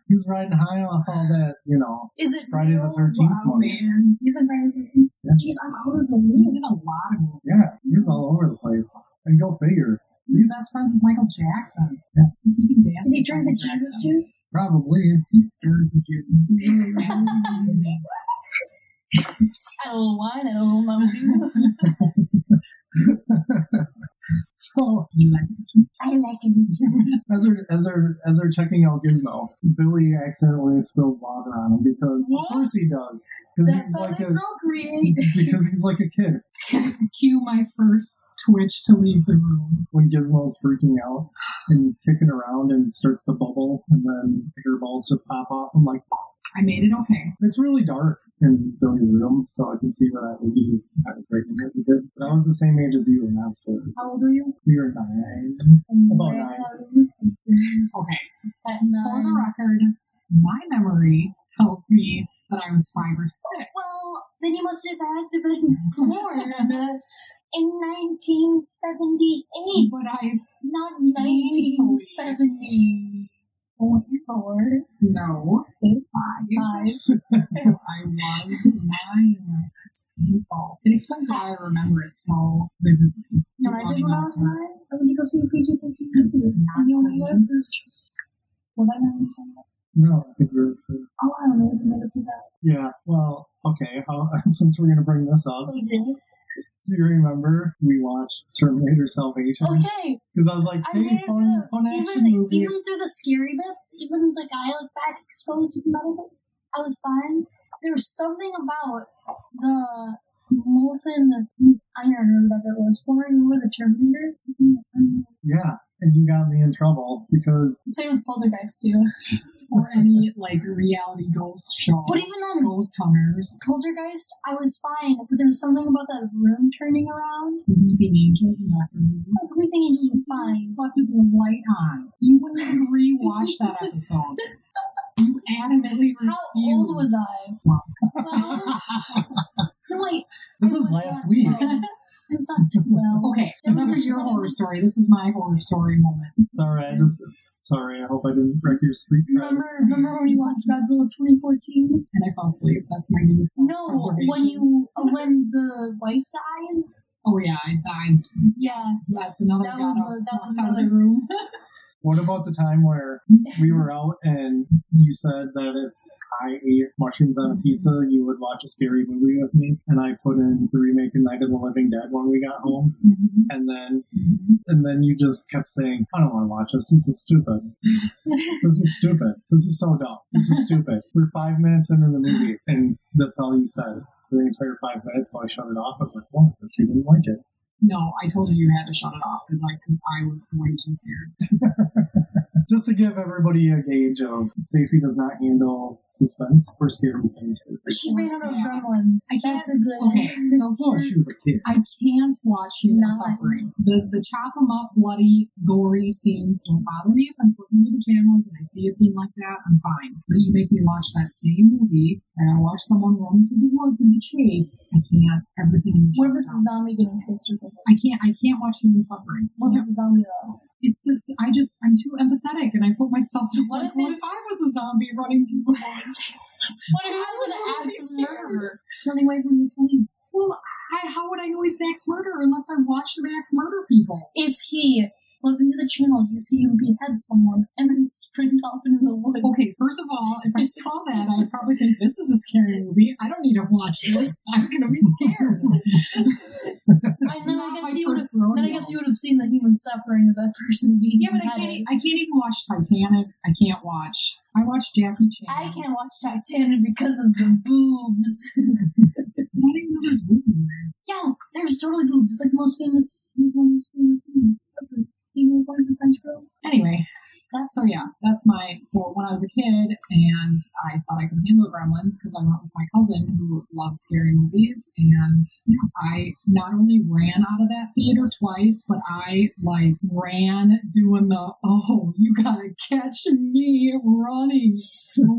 [SPEAKER 4] He was riding high off all that, you know.
[SPEAKER 6] Is it
[SPEAKER 4] Friday the
[SPEAKER 6] real?
[SPEAKER 4] 13th
[SPEAKER 6] Wow,
[SPEAKER 4] one.
[SPEAKER 6] man. He's in Friday the 13th.
[SPEAKER 4] Yeah.
[SPEAKER 6] Jeez, I'm out of the
[SPEAKER 5] he's
[SPEAKER 6] loop.
[SPEAKER 5] in a lot of movies.
[SPEAKER 4] Yeah, he was all over the place. And go figure.
[SPEAKER 5] He's best friends with Michael Jackson.
[SPEAKER 4] Yeah.
[SPEAKER 5] He can dance.
[SPEAKER 6] Did he
[SPEAKER 5] with
[SPEAKER 6] drink the
[SPEAKER 5] Michael
[SPEAKER 6] Jesus
[SPEAKER 5] Jackson.
[SPEAKER 6] juice?
[SPEAKER 4] Probably.
[SPEAKER 5] He stirred the juice.
[SPEAKER 6] I don't want it, little mountain.
[SPEAKER 4] So
[SPEAKER 5] You like it?
[SPEAKER 6] I like it. juice.
[SPEAKER 4] as they're as they're as they're checking out Gizmo, Billy accidentally spills water on him because of course he does. Because he's
[SPEAKER 6] That's how
[SPEAKER 4] like
[SPEAKER 6] they
[SPEAKER 4] a
[SPEAKER 6] procreate.
[SPEAKER 4] because he's like a kid
[SPEAKER 5] Cue my first twitch to leave the room.
[SPEAKER 4] when Gizmo's freaking out and kicking around and starts to bubble and then air balls just pop off. I'm like,
[SPEAKER 5] I made it okay.
[SPEAKER 4] It's really dark in Billy's room, so I can see where that would be. I was breaking as a kid, but I was the same age as you when I was four.
[SPEAKER 6] How old are you?
[SPEAKER 4] We were nine. About nine.
[SPEAKER 5] Okay.
[SPEAKER 6] At
[SPEAKER 5] For
[SPEAKER 6] nine.
[SPEAKER 5] the record, my memory tells me that I was five or six.
[SPEAKER 6] Well, then you must have had to been born in 1978,
[SPEAKER 5] But I
[SPEAKER 6] not 1974.
[SPEAKER 5] No, five. so I was nine. That's painful. It explains why I remember it so vividly.
[SPEAKER 6] When I did when I was nine, I went to go see a PG-13 movie.
[SPEAKER 5] Not
[SPEAKER 6] And you only
[SPEAKER 5] nine.
[SPEAKER 6] was this
[SPEAKER 5] Was I not talking about?
[SPEAKER 4] No, I think we're. we're-
[SPEAKER 5] Oh, I don't know. We can make it through that.
[SPEAKER 4] Yeah, well, okay. I'll, since we're going to bring this up,
[SPEAKER 3] We Oh, did.
[SPEAKER 4] do you remember we watched Terminator Salvation?
[SPEAKER 3] Okay,
[SPEAKER 4] Because I was like,
[SPEAKER 3] I made
[SPEAKER 4] hey,
[SPEAKER 3] it
[SPEAKER 4] fun,
[SPEAKER 3] through.
[SPEAKER 4] fun action
[SPEAKER 3] Even,
[SPEAKER 4] movie.
[SPEAKER 3] even through the scary bits, even the guy like back exposed with metal bits, I was fine. There was something about the molten iron or whatever it was pouring over the Terminator.
[SPEAKER 4] Yeah, and you got me in trouble because
[SPEAKER 5] Same with Poltergeist too, or any like reality ghost show.
[SPEAKER 3] But even on
[SPEAKER 5] ghost hunters,
[SPEAKER 3] Poltergeist, I was fine, but there was something about that room turning around.
[SPEAKER 5] the weeping angels in that room.
[SPEAKER 3] Like, everything in just was
[SPEAKER 5] I
[SPEAKER 3] fine.
[SPEAKER 5] slept with the light on. You wouldn't even rewatch that episode. You adamantly refused.
[SPEAKER 3] How old was I?
[SPEAKER 5] Wow.
[SPEAKER 3] Twelve? No, wait.
[SPEAKER 4] this
[SPEAKER 3] I
[SPEAKER 4] was
[SPEAKER 3] was
[SPEAKER 4] last
[SPEAKER 3] not-
[SPEAKER 4] week.
[SPEAKER 3] I was not twelve.
[SPEAKER 5] Okay, remember your horror story. This is my horror story moment.
[SPEAKER 4] Sorry, I just sorry. I hope I didn't break your sweet credit.
[SPEAKER 3] Remember, remember when you watched Godzilla 2014?
[SPEAKER 5] And I fell asleep. That's my new self
[SPEAKER 3] No, when you uh, when the wife dies.
[SPEAKER 5] Oh yeah, I died.
[SPEAKER 3] Yeah,
[SPEAKER 5] That's another.
[SPEAKER 3] That was
[SPEAKER 5] gotta
[SPEAKER 3] a- that was
[SPEAKER 5] walk out of the
[SPEAKER 3] another-
[SPEAKER 5] room.
[SPEAKER 4] What about the time where we were out and you said that if I ate mushrooms on a pizza, you would watch a scary movie with me, and I put in the remake of Night of the Living Dead when we got home,
[SPEAKER 5] Mm-hmm.
[SPEAKER 4] and then and then you just kept saying, "I don't want to watch this. This is stupid. this is stupid. This is so dumb. This is stupid." We're five minutes into the movie, and that's all you said for the entire five minutes. So I shut it off. I was like, "Well, if you didn't like it."
[SPEAKER 5] No, I told her you had to shut it off because like I was way too scared.
[SPEAKER 4] Just to give everybody a gauge of Stacy does not handle suspense or scary things.
[SPEAKER 3] she ran out of
[SPEAKER 5] Yeah.
[SPEAKER 3] gremlins.
[SPEAKER 5] I can't-
[SPEAKER 3] That's a good.
[SPEAKER 5] Okay, so
[SPEAKER 4] Oh,
[SPEAKER 5] here
[SPEAKER 4] she was a kid.
[SPEAKER 5] I can't watch human
[SPEAKER 3] Not-
[SPEAKER 5] suffering. The the chop 'em up, bloody, gory scenes don't bother me. If I'm flipping through the channels and I see a scene like that, I'm fine. But you make me watch that same movie and I watch someone roaming through the woods in the chase, I can't. Everything in the
[SPEAKER 3] What if
[SPEAKER 5] chase
[SPEAKER 3] it's a zombie getting twisted? with it?
[SPEAKER 5] I can't. I can't watch human suffering.
[SPEAKER 3] What if it's a zombie though?
[SPEAKER 5] It's this. I just. I'm too empathetic, and I put myself. in
[SPEAKER 3] What
[SPEAKER 5] like,
[SPEAKER 3] if
[SPEAKER 5] what if
[SPEAKER 3] it's-
[SPEAKER 5] I was a zombie running through the woods?
[SPEAKER 3] What if
[SPEAKER 5] I would
[SPEAKER 3] it's an
[SPEAKER 5] really
[SPEAKER 3] axe
[SPEAKER 5] be scared.
[SPEAKER 3] murderer running away from the police?
[SPEAKER 5] Well, I, how would I know he's an axe murderer unless I watched him axe murder people?
[SPEAKER 3] If he looked into the channels, you see him behead someone and then sprint off into the woods.
[SPEAKER 5] Okay, first of all, if I saw that, I'd probably think this is a scary movie. I don't need to watch this. I'm gonna be scared. This
[SPEAKER 3] And
[SPEAKER 5] is
[SPEAKER 3] then I
[SPEAKER 5] not
[SPEAKER 3] guess
[SPEAKER 5] my
[SPEAKER 3] you would
[SPEAKER 5] first rodeo.
[SPEAKER 3] then I guess you would have seen the human suffering of that person being
[SPEAKER 5] Yeah, but I
[SPEAKER 3] beheaded.
[SPEAKER 5] can't. e, I can't even watch Titanic. I can't watch. I watched Jackie Chan.
[SPEAKER 3] I can't watch Titanic because of the boobs.
[SPEAKER 5] It's not even know there's women in there.
[SPEAKER 3] yeah, there's totally boobs. It's like the most famous, one of the most famous scenes. ever. You know, one of the French girls.
[SPEAKER 5] Anyway, that's Uh, so yeah. That's my so when I was a kid and I thought I could handle Gremlins because I went with my cousin who loves scary movies and I not only ran out of that theater twice, but I like ran doing the oh you gotta catch me running,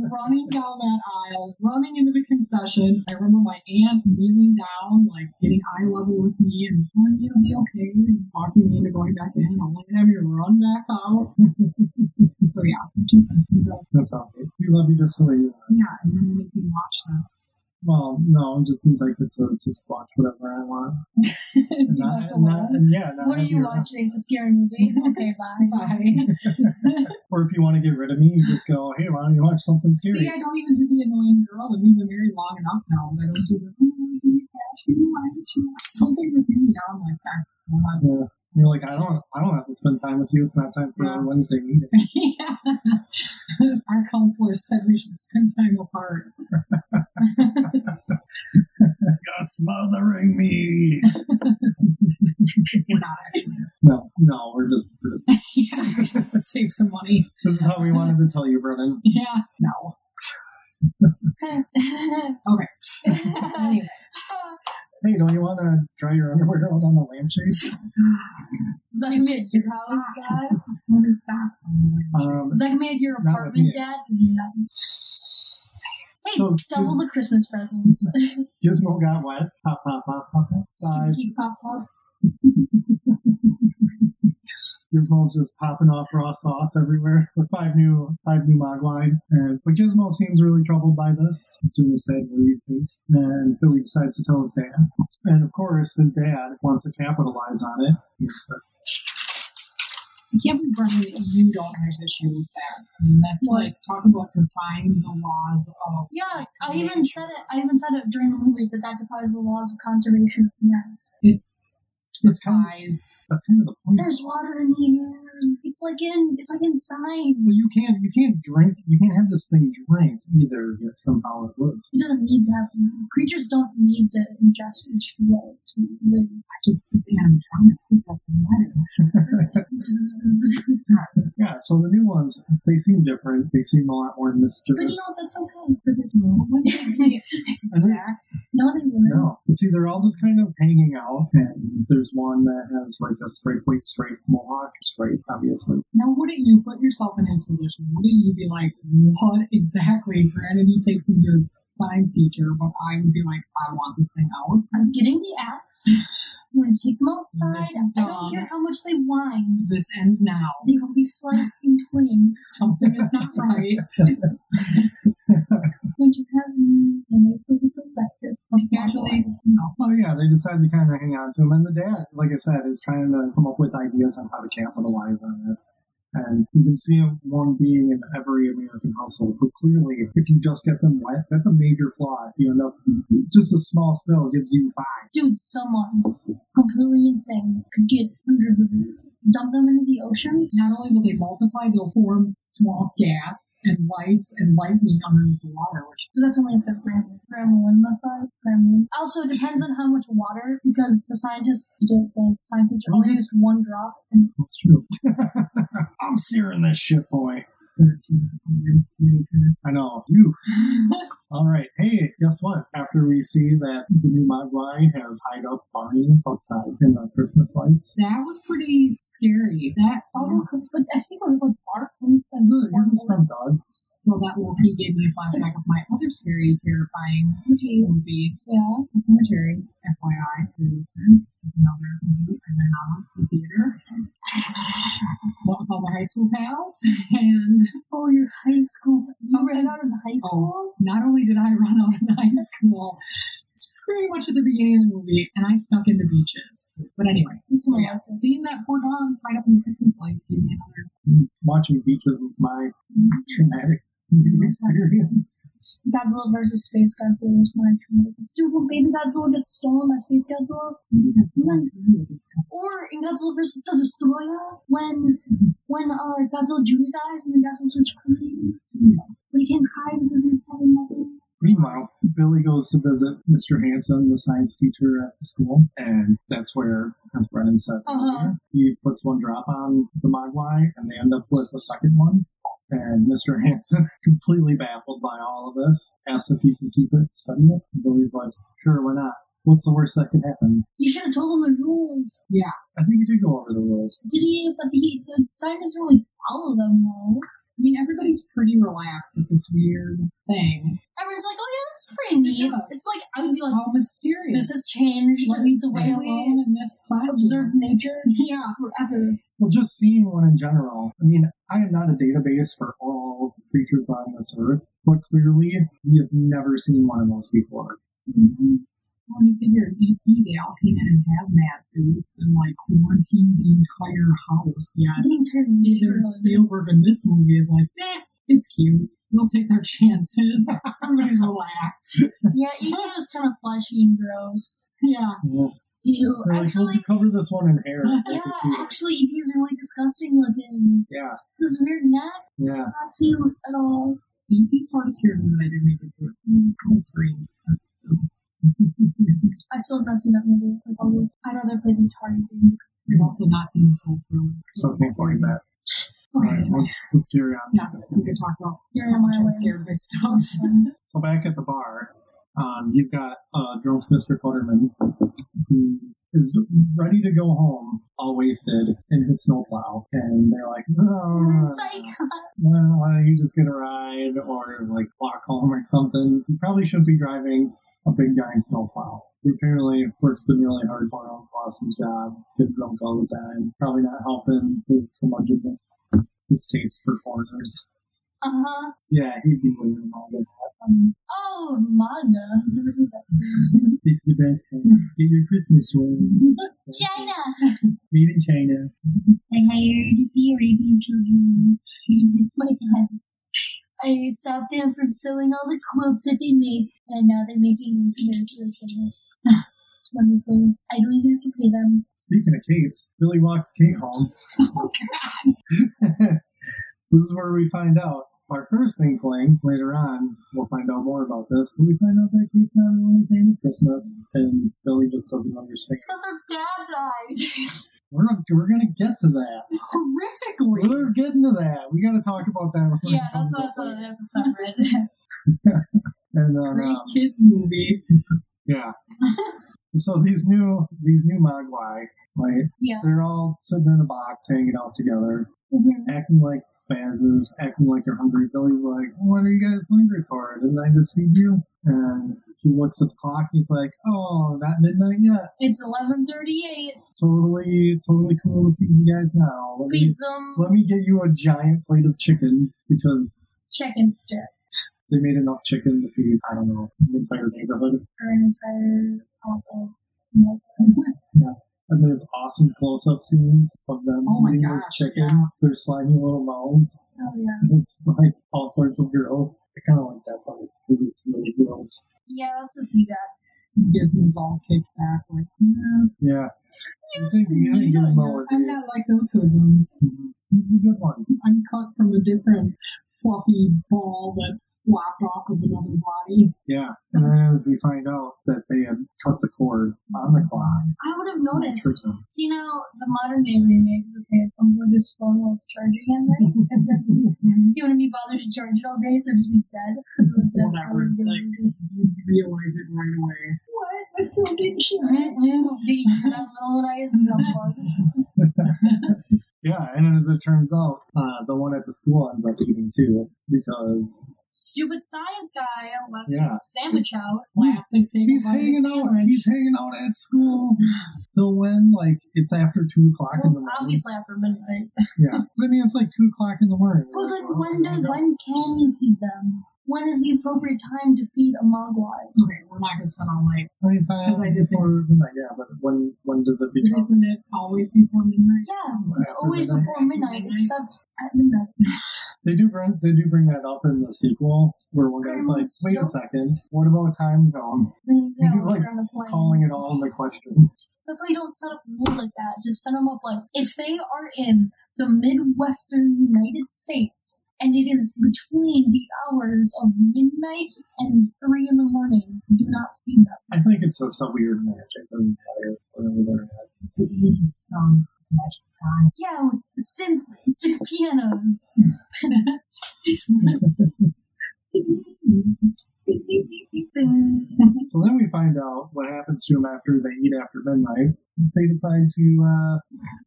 [SPEAKER 5] running down that aisle, running into the concession. I remember my aunt kneeling down, like getting eye level with me and telling me it'll be okay and talking me into going back in. I'm like, have you run back out. so yeah, just
[SPEAKER 4] That's all. right. We love you just the way you are.
[SPEAKER 5] yeah, and then they make me watch this.
[SPEAKER 4] Well, no, it just means I get to just watch whatever I want. And,
[SPEAKER 5] you
[SPEAKER 4] not,
[SPEAKER 5] left
[SPEAKER 4] and, not,
[SPEAKER 5] alone.
[SPEAKER 4] and yeah, not
[SPEAKER 3] What are
[SPEAKER 4] have
[SPEAKER 3] you
[SPEAKER 4] your-
[SPEAKER 3] watching? The scary movie? Okay, bye.
[SPEAKER 5] Bye.
[SPEAKER 4] Or if you want to get rid of me, you just go, hey, why don't you watch something scary?
[SPEAKER 5] See, I don't even do the annoying girl, and we've been married long enough now. and I don't do the, oh, can you catch you? Why don't you watch something with me? Now I'm like, ah, I'm not.
[SPEAKER 4] Yeah. You're like, I don't, I don't have to spend time with you. It's not time for
[SPEAKER 5] Yeah.
[SPEAKER 4] our Wednesday meeting.
[SPEAKER 5] As Our counselor said we should spend time apart.
[SPEAKER 4] You're smothering me.
[SPEAKER 5] We're not actually.
[SPEAKER 4] No, no, we're just, we're just.
[SPEAKER 5] Yeah, save some money.
[SPEAKER 4] This is how we wanted to tell you, Brennan.
[SPEAKER 5] Yeah. No. Okay. Anyway.
[SPEAKER 4] Hey, don't you want to dry your underwear out on the lampshade?
[SPEAKER 3] Zombie at your house, Dad?
[SPEAKER 5] It's one of his socks.
[SPEAKER 4] Um,
[SPEAKER 3] Zombie at your
[SPEAKER 4] Not with
[SPEAKER 3] apartment,
[SPEAKER 4] me.
[SPEAKER 3] Dad? Does he not- Hey,
[SPEAKER 4] So,
[SPEAKER 3] double the Christmas presents.
[SPEAKER 4] Gizmo got wet. Pop, pop, pop, pop, pop. Five.
[SPEAKER 3] Stinky pop pop.
[SPEAKER 4] Gizmo's just popping off raw sauce everywhere with five new five new Mogwai. And but Gizmo seems really troubled by this. He's doing the sad relief face. And Billy decides to tell his dad. And of course his dad wants to capitalize on it. He said,
[SPEAKER 5] I can't believe, Brendan, that you don't have issue with that. I mean, that's
[SPEAKER 3] What?
[SPEAKER 5] like, talk about defying the laws of.
[SPEAKER 3] Yeah, I even said it. I even said it during the movie that that defies the laws of conservation of mess.
[SPEAKER 4] That's kind of,
[SPEAKER 5] Guys,
[SPEAKER 4] that's kind of the point.
[SPEAKER 3] There's water in the air. It's like in. It's like in
[SPEAKER 4] Well,
[SPEAKER 3] signs.
[SPEAKER 4] you can't you can't drink you can't have this thing drank either. Yet somehow it works.
[SPEAKER 3] It doesn't need to happen. Creatures don't need to ingest each other to
[SPEAKER 5] I just, it's animatronics. Look at the letter.
[SPEAKER 3] live.
[SPEAKER 4] Yeah. So the new ones they seem different. They seem a lot more
[SPEAKER 3] but you know
[SPEAKER 4] mischievous.
[SPEAKER 3] what? that's okay.
[SPEAKER 5] Exact.
[SPEAKER 3] Not even.
[SPEAKER 4] No, but see, they're all just kind of hanging out, and there's one that has like a straight white straight mohawk straight, obviously.
[SPEAKER 5] Now, wouldn't you put yourself in his position? Wouldn't you be like, what exactly? Granted, he takes him to his science teacher, but I would be like, I want this thing out.
[SPEAKER 3] I'm getting the axe. I'm gonna take them outside.
[SPEAKER 5] This is
[SPEAKER 3] I
[SPEAKER 5] dumb.
[SPEAKER 3] don't care how much they whine.
[SPEAKER 5] This ends now.
[SPEAKER 3] They will be sliced in twain.
[SPEAKER 5] Something is not right.
[SPEAKER 3] Would you have me in this little breakfast?
[SPEAKER 5] Like, actually, you know,
[SPEAKER 4] Oh yeah, they decide to kind of hang on to him, and the dad, like I said, is trying to come up with ideas on how to capitalize on this. And you can see him one being in every American household. But clearly, if you just get them wet, that's a major flaw. If you end up just a small spill gives you five.
[SPEAKER 3] Dude, someone completely insane could get hundreds of these, dump them into the ocean.
[SPEAKER 5] not only will they multiply, they'll form swamp gas and lights and lightning underneath the water, which
[SPEAKER 3] But that's only if they're grandma. Grandma and the five. Grandma. Also, it depends on how much water, because the scientists, the, the science teacher only used one drop. And
[SPEAKER 4] That's true. I'm steering this shit, boy.
[SPEAKER 5] 13 years later.
[SPEAKER 4] I know. You. All right. Hey, guess what? After we see that the new Mogwai have tied up Barney outside in the Christmas lights,
[SPEAKER 5] That was pretty scary. That
[SPEAKER 3] oh, but I think it was like bark.
[SPEAKER 4] he's a, he's a stunt dog.
[SPEAKER 5] So that will he gave me a flashback of my other scary, terrifying
[SPEAKER 3] Jeez.
[SPEAKER 5] movie,
[SPEAKER 3] Yeah.
[SPEAKER 5] The Cemetery. FYI, for your listeners, is another movie I ran out of the theater. What with all my high school pals, and
[SPEAKER 3] Oh, your high school. You
[SPEAKER 5] Something-
[SPEAKER 3] ran out of high school?
[SPEAKER 5] not only did I run out of high school, it's pretty much at the beginning of the movie, and I snuck in the beaches. But anyway, so yeah, seeing that poor dog tied up in the Christmas lights gave me another
[SPEAKER 4] Watching beaches was my traumatic experience.
[SPEAKER 3] Godzilla versus Space Godzilla was my traumatic. Dude, when Baby Godzilla gets stolen by Space Godzilla,
[SPEAKER 5] movie that's not really this
[SPEAKER 3] Or in Godzilla vs. the Destroyer, when when uh, Godzilla Jr. dies and then Godzilla starts crying, but he can't cry because he's having nothing.
[SPEAKER 4] Meanwhile, Billy goes to visit Mr. Hanson, the science teacher at the school, and that's where, as Brennan said,
[SPEAKER 3] Uh-huh.
[SPEAKER 4] earlier, he puts one drop on the Mogwai, and they end up with a second one. And Mr. Hanson, completely baffled by all of this, asks if he can keep it, study it. And Billy's like, sure, why not? What's the worst that could happen?
[SPEAKER 3] You should have told him the rules.
[SPEAKER 4] I think he did go over the rules.
[SPEAKER 3] Did he? But the the sign doesn't really follow them though.
[SPEAKER 5] I mean, everybody's pretty relaxed at this weird thing.
[SPEAKER 3] Everyone's like, oh yeah, that's pretty neat.
[SPEAKER 5] Yeah.
[SPEAKER 3] It's like I would be like,
[SPEAKER 5] How mysterious.
[SPEAKER 3] this has changed.
[SPEAKER 5] Let me
[SPEAKER 3] It's the
[SPEAKER 5] stay
[SPEAKER 3] way we
[SPEAKER 5] alone in this classroom.
[SPEAKER 3] observe nature
[SPEAKER 5] Yeah.
[SPEAKER 3] forever.
[SPEAKER 4] Well, just seeing one in general. I mean, I am not a database for all the creatures on this earth, but clearly we have never seen one of those before. Mm-hmm.
[SPEAKER 5] When you figure in ET, they all came in in hazmat suits and like quarantined the entire house. Yeah.
[SPEAKER 3] The entire
[SPEAKER 5] Steven
[SPEAKER 3] nature.
[SPEAKER 5] Spielberg in this movie is like, eh, it's cute. We'll take their chances. Everybody's relaxed.
[SPEAKER 3] Yeah, each one was kind of fleshy and gross.
[SPEAKER 5] Yeah.
[SPEAKER 3] Ew,
[SPEAKER 4] They're like, we'll
[SPEAKER 3] actually.
[SPEAKER 4] cover this one in hair.
[SPEAKER 3] Yeah,
[SPEAKER 4] Make it cute.
[SPEAKER 3] actually, ET's really disgusting looking.
[SPEAKER 4] yeah,
[SPEAKER 3] This weird neck.
[SPEAKER 4] yeah.
[SPEAKER 3] not cute at all.
[SPEAKER 5] ET sort of scared me, but I did make it through. I screamed. That's so
[SPEAKER 3] I still have not seen that movie. Like, I'll- I'd rather play the guitar than
[SPEAKER 5] I've also not seen the full film.
[SPEAKER 4] So can't blame that. All right,
[SPEAKER 5] Okay.
[SPEAKER 4] let's, let's carry on.
[SPEAKER 5] Yes, we could talk about
[SPEAKER 3] Here
[SPEAKER 5] how
[SPEAKER 3] am
[SPEAKER 5] much
[SPEAKER 3] I.
[SPEAKER 5] I'm scared of this stuff.
[SPEAKER 4] So back at the bar, um, you've got uh, drunk Mr. Futterman, who is ready to go home, all wasted, in his snowplow. And they're like, no,
[SPEAKER 3] Psych.
[SPEAKER 4] why why don't you just get a ride or like walk home or something? You probably shouldn't be driving a big giant snowplow. He apparently works been really hard for him, lost his job, he's getting drunk all the time, probably not helping his curmudgeonness, his taste for foreigners.
[SPEAKER 3] Uh huh.
[SPEAKER 4] Yeah, he'd be waiting all this.
[SPEAKER 3] Um, oh, manga. Never heard that.
[SPEAKER 4] It's the best time. Get your Christmas one.
[SPEAKER 3] China.
[SPEAKER 4] Made in China.
[SPEAKER 3] I hired the Arabian children and with my hands. I stopped them from sewing all the quilts that they made, and now they're making them for their children. It's wonderful. I don't even have to pay them.
[SPEAKER 4] Speaking of Kate's, Billy walks Kate home. this is where we find out. Our first thing playing later on, we'll find out more about this, but we find out that Kate's not really paying for Christmas, and Billy just doesn't understand.
[SPEAKER 3] It's because her dad died.
[SPEAKER 4] We're, not, we're going to get to that.
[SPEAKER 5] Horrifically.
[SPEAKER 4] We're getting to that. We got to talk about that. before
[SPEAKER 3] yeah,
[SPEAKER 4] it
[SPEAKER 3] that's
[SPEAKER 4] comes
[SPEAKER 3] what
[SPEAKER 4] up
[SPEAKER 3] that's
[SPEAKER 4] later.
[SPEAKER 3] what that's a separate.
[SPEAKER 4] And then,
[SPEAKER 5] Great
[SPEAKER 4] um,
[SPEAKER 5] kids movie.
[SPEAKER 4] yeah. so these new these new Mogwai, right?
[SPEAKER 3] Yeah.
[SPEAKER 4] They're all sitting in a box, hanging out together.
[SPEAKER 3] Mhm.
[SPEAKER 4] acting like spazzes, acting like they're hungry. Billy's like, "What are you guys hungry for? Didn't I just feed you?" And he looks at the clock. He's like, "Oh, not midnight yet.
[SPEAKER 3] It's eleven thirty-eight.
[SPEAKER 4] Totally, totally cool to feed you guys now. Let me,
[SPEAKER 3] Feeds them
[SPEAKER 4] let me get you a giant plate of chicken because
[SPEAKER 3] chicken strip
[SPEAKER 4] they made enough chicken to feed I don't know the entire neighborhood.
[SPEAKER 3] or an entire awful. meal.
[SPEAKER 4] And there's awesome close-up scenes of them
[SPEAKER 5] Oh my
[SPEAKER 4] eating
[SPEAKER 5] gosh,
[SPEAKER 4] this chicken.
[SPEAKER 5] yeah.
[SPEAKER 4] Their slimy little mouths.
[SPEAKER 3] Oh yeah,
[SPEAKER 4] And It's like all sorts of girls. I kind of like that part because it's really girls.
[SPEAKER 3] yeah. Let's just do that.
[SPEAKER 5] Gizmo's all kicked back, like, no,
[SPEAKER 4] Yeah. I think
[SPEAKER 5] I
[SPEAKER 4] you
[SPEAKER 5] don't
[SPEAKER 4] just know
[SPEAKER 5] know.
[SPEAKER 4] what
[SPEAKER 5] I'm
[SPEAKER 4] it
[SPEAKER 5] not like those hoodlums.
[SPEAKER 4] is. He's a good one.
[SPEAKER 5] I'm cut from a different fluffy ball that flopped off of another body.
[SPEAKER 4] Yeah. And then as we find out that they had cut the cord on the clock,
[SPEAKER 3] I would
[SPEAKER 5] Oh,
[SPEAKER 3] have
[SPEAKER 4] and they
[SPEAKER 3] noticed.
[SPEAKER 4] tricked him.
[SPEAKER 3] So, you know, the modern day remake that they have from where this phone was charging at night.
[SPEAKER 4] Mm-hmm.
[SPEAKER 3] you wouldn't be bothered to charge it all day, so just be dead. That's how
[SPEAKER 5] Whatever.
[SPEAKER 3] we're
[SPEAKER 5] Like,
[SPEAKER 3] doing it.
[SPEAKER 5] you realize it right away.
[SPEAKER 3] What? My phone didn't charge. Did you turn on little eyes and dumb bugs?
[SPEAKER 4] Yeah. And then as it turns out, uh, the one at the school ends up eating too because
[SPEAKER 3] Stupid science guy left
[SPEAKER 4] Yeah.
[SPEAKER 3] his sandwich out.
[SPEAKER 5] Classic take.
[SPEAKER 4] he's hanging out. He's hanging out at school till when? Like it's after two o'clock
[SPEAKER 3] Well,
[SPEAKER 4] in the
[SPEAKER 3] it's
[SPEAKER 4] morning.
[SPEAKER 3] obviously after midnight.
[SPEAKER 4] Yeah. But I mean, it's like two o'clock in the morning.
[SPEAKER 5] Oh,
[SPEAKER 3] Well,
[SPEAKER 4] Like,
[SPEAKER 3] then
[SPEAKER 4] well,
[SPEAKER 3] when
[SPEAKER 4] here we
[SPEAKER 3] do,
[SPEAKER 4] go.
[SPEAKER 3] when can you feed them? When is the appropriate time to feed a mogwai?
[SPEAKER 5] Okay, we're not going to spend all night.
[SPEAKER 4] Twenty-five.
[SPEAKER 5] 'Cause I did think-
[SPEAKER 4] or- Yeah, but when when does it become?
[SPEAKER 5] Isn't it always before midnight?
[SPEAKER 3] Yeah, it's
[SPEAKER 4] After
[SPEAKER 3] always
[SPEAKER 4] midnight.
[SPEAKER 3] before midnight, except at midnight.
[SPEAKER 4] They do bring they do bring that up in the sequel where one guy's like, "Wait a second, what about time zone?"
[SPEAKER 3] Yeah,
[SPEAKER 4] He's,
[SPEAKER 3] when
[SPEAKER 4] like,
[SPEAKER 3] they're on the plane.
[SPEAKER 4] Calling it all in the question.
[SPEAKER 3] Just- that's why you don't set up rules like that. Just set them up like if they are in the Midwestern United States and it is between the hours of midnight and three in the morning, do not feed them.
[SPEAKER 4] I think it's just a weird magic and color, whatever they're at.
[SPEAKER 5] It's the evening song. It's magic time.
[SPEAKER 3] Yeah, with synth to pianos.
[SPEAKER 4] So then we find out what happens to them after they eat after midnight. They decide to uh,